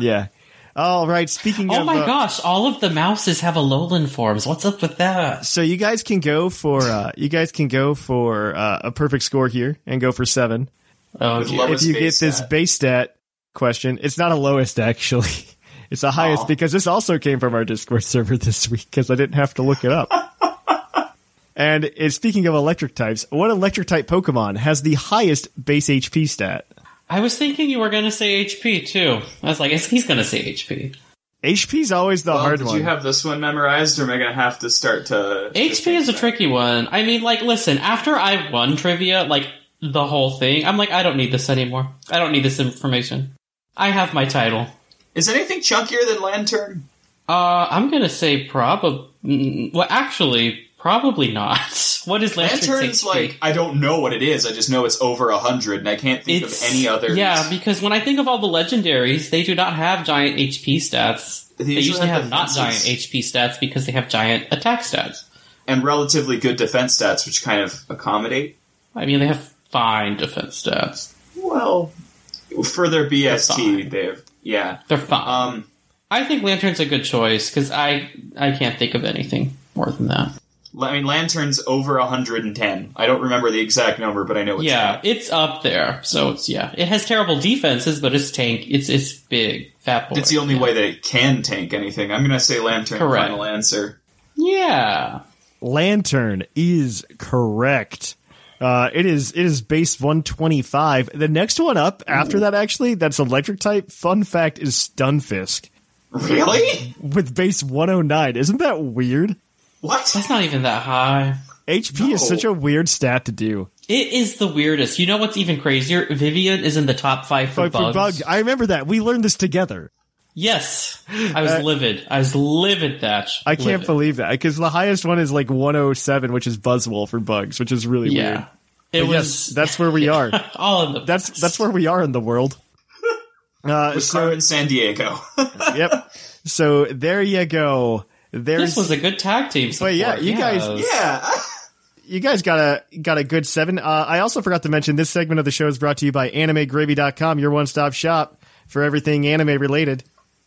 [SPEAKER 1] yeah. All right. Speaking
[SPEAKER 2] Oh
[SPEAKER 1] of,
[SPEAKER 2] my
[SPEAKER 1] uh,
[SPEAKER 2] gosh, all of the mouses have Alolan forms. What's up with that?
[SPEAKER 1] so you guys can go for uh, you guys can go for uh, a perfect score here and go for seven.
[SPEAKER 2] Oh,
[SPEAKER 7] Would
[SPEAKER 2] dear.
[SPEAKER 7] love
[SPEAKER 1] if you
[SPEAKER 7] base
[SPEAKER 1] get this
[SPEAKER 7] stat.
[SPEAKER 1] base stat question, it's not a lowest actually. It's the highest
[SPEAKER 7] Aw.
[SPEAKER 1] because this also came from our Discord server this week because I didn't have to look it up. and it's, speaking of electric types, what electric type Pokemon has the highest base HP stat?
[SPEAKER 2] I was thinking you were going to say HP too. I was like, he's going to say HP.
[SPEAKER 1] HP's always the
[SPEAKER 7] Well,
[SPEAKER 1] hard
[SPEAKER 7] did
[SPEAKER 1] one.
[SPEAKER 7] you have this one memorized, or am I going to have to start to?
[SPEAKER 2] HP is a tricky one. I mean, like, listen, after I won trivia, like, the whole thing, I'm like, I don't need this anymore. I don't need this information. I have my title.
[SPEAKER 7] Is anything chunkier than Lantern?
[SPEAKER 2] Uh, I'm going to say probably, well, actually, probably not. What is Lantern's
[SPEAKER 7] Lantern's
[SPEAKER 2] HP?
[SPEAKER 7] like I don't know what it is. I just know it's over a hundred, and I can't think of any other.
[SPEAKER 2] Yeah, because when I think of all the legendaries, they do not have giant HP stats. They, usually have,
[SPEAKER 7] the
[SPEAKER 2] not giant
[SPEAKER 7] fences.
[SPEAKER 2] HP stats because they have giant attack stats.
[SPEAKER 7] and relatively good defense stats, which kind of accommodate.
[SPEAKER 2] I mean, they have fine defense stats.
[SPEAKER 7] Well, for their BST,
[SPEAKER 2] fine.
[SPEAKER 7] they have yeah.
[SPEAKER 2] They're fine.
[SPEAKER 7] Um,
[SPEAKER 2] I think Lantern's a good choice because I I can't think of anything more than that.
[SPEAKER 7] I mean, Lantern's over 110. I don't remember the exact number, but I know it's
[SPEAKER 2] yeah, it's up there. So it's yeah, it has terrible defenses, but it's tank. It's it's big, fat boy.
[SPEAKER 7] It's the only way that it can tank anything. I'm going to say Lantern
[SPEAKER 2] Correct.
[SPEAKER 7] final answer.
[SPEAKER 2] yeah.
[SPEAKER 1] Lantern is correct. Uh, it is it is base 125. The next one up after that actually that's electric type. Fun fact is Stunfisk
[SPEAKER 7] Really?
[SPEAKER 1] with base 109. Isn't that weird?
[SPEAKER 7] What?
[SPEAKER 2] That's not even that high.
[SPEAKER 1] HP is such a weird stat to do.
[SPEAKER 2] It is the weirdest. You know what's even crazier? Vivian is in the top five
[SPEAKER 1] But
[SPEAKER 2] for,
[SPEAKER 1] for
[SPEAKER 2] bugs.
[SPEAKER 1] bugs, I remember that we learned this together.
[SPEAKER 2] Yes, I was livid. I was livid that.
[SPEAKER 1] Uh, I can't
[SPEAKER 2] Livid.
[SPEAKER 1] believe that because the highest one is like 107, which is Buzzwole for bugs, which is really weird.
[SPEAKER 2] Yeah, it
[SPEAKER 1] But yes,
[SPEAKER 2] was
[SPEAKER 1] that's where we are.
[SPEAKER 2] all in the.
[SPEAKER 1] That's that's where we are in the world. Uh,
[SPEAKER 7] With
[SPEAKER 1] so-
[SPEAKER 7] Carmen San Diego.
[SPEAKER 1] yep. So there you go. There's
[SPEAKER 2] this was a good tag team. Support.
[SPEAKER 1] But yeah, you guys-
[SPEAKER 7] yeah.
[SPEAKER 1] you guys got a got a good seven. Uh, I also forgot to mention this segment of the show is brought to you by AnimeGravy.com, your one stop shop for everything anime related.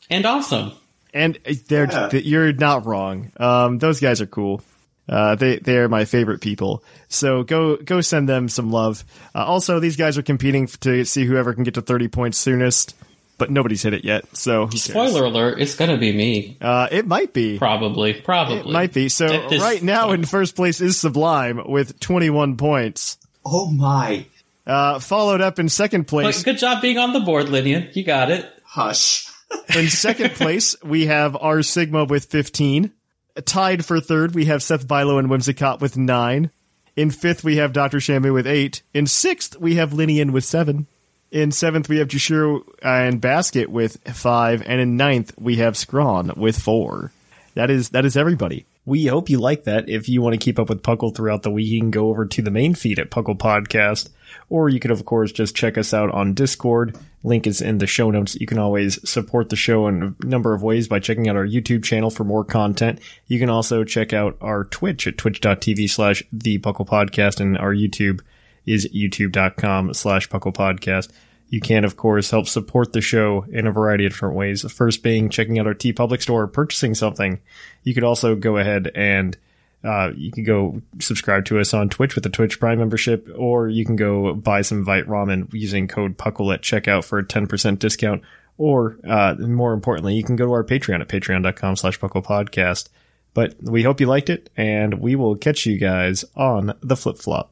[SPEAKER 2] and awesome.
[SPEAKER 1] And they're
[SPEAKER 7] Yeah.
[SPEAKER 1] th- you're not wrong. Um, those guys are cool. Uh, they they are my favorite people. So go go send them some love. Uh, also, these guys are competing f- to see whoever can get to thirty points soonest. But nobody's hit it yet. So who cares?
[SPEAKER 2] Spoiler alert: It's gonna be me,
[SPEAKER 1] Uh, it might be.
[SPEAKER 2] probably. Probably
[SPEAKER 1] It might be. So
[SPEAKER 2] At this
[SPEAKER 1] right now
[SPEAKER 2] point.
[SPEAKER 1] in first place is Sublime with 21 points.
[SPEAKER 7] Oh my.
[SPEAKER 1] Uh, followed up in second
[SPEAKER 2] But
[SPEAKER 1] place.
[SPEAKER 2] good job being on the board, Lydian. You got it.
[SPEAKER 7] Hush.
[SPEAKER 1] in second place, we have R Sigma with 15. Tied for third, we have Seth Bilo and Whimsicott with 9. In fifth, we have Dr. Shamu with 8. In sixth, we have Linian with 7. In seventh, we have Jushiro and Basket with 5. And in ninth, we have Scrawn with 4. That is that is everybody. We hope you like that. If you want to keep up with Puckle throughout the week, you can go over to the main feed at Puckle Podcast, or you can of course just check us out on Discord. Link is in the show notes. You can always support the show in a number of ways by checking out our YouTube channel for more content. You can also check out our Twitch at twitch.tv slash the Puckle Podcast and our YouTube is youtube.com slash puckle podcast. You can, of course, help support the show in a variety of different ways. The First being checking out our T Public store or purchasing something. You could also go ahead and uh, you can go subscribe to us on Twitch with the Twitch Prime membership, or you can go buy some Vite Ramen using code Puckle at checkout for a 10% discount. Or uh, more importantly, you can go to our Patreon at patreon.com slash puckle podcast. But we hope you liked it, and we will catch you guys on the flip flop.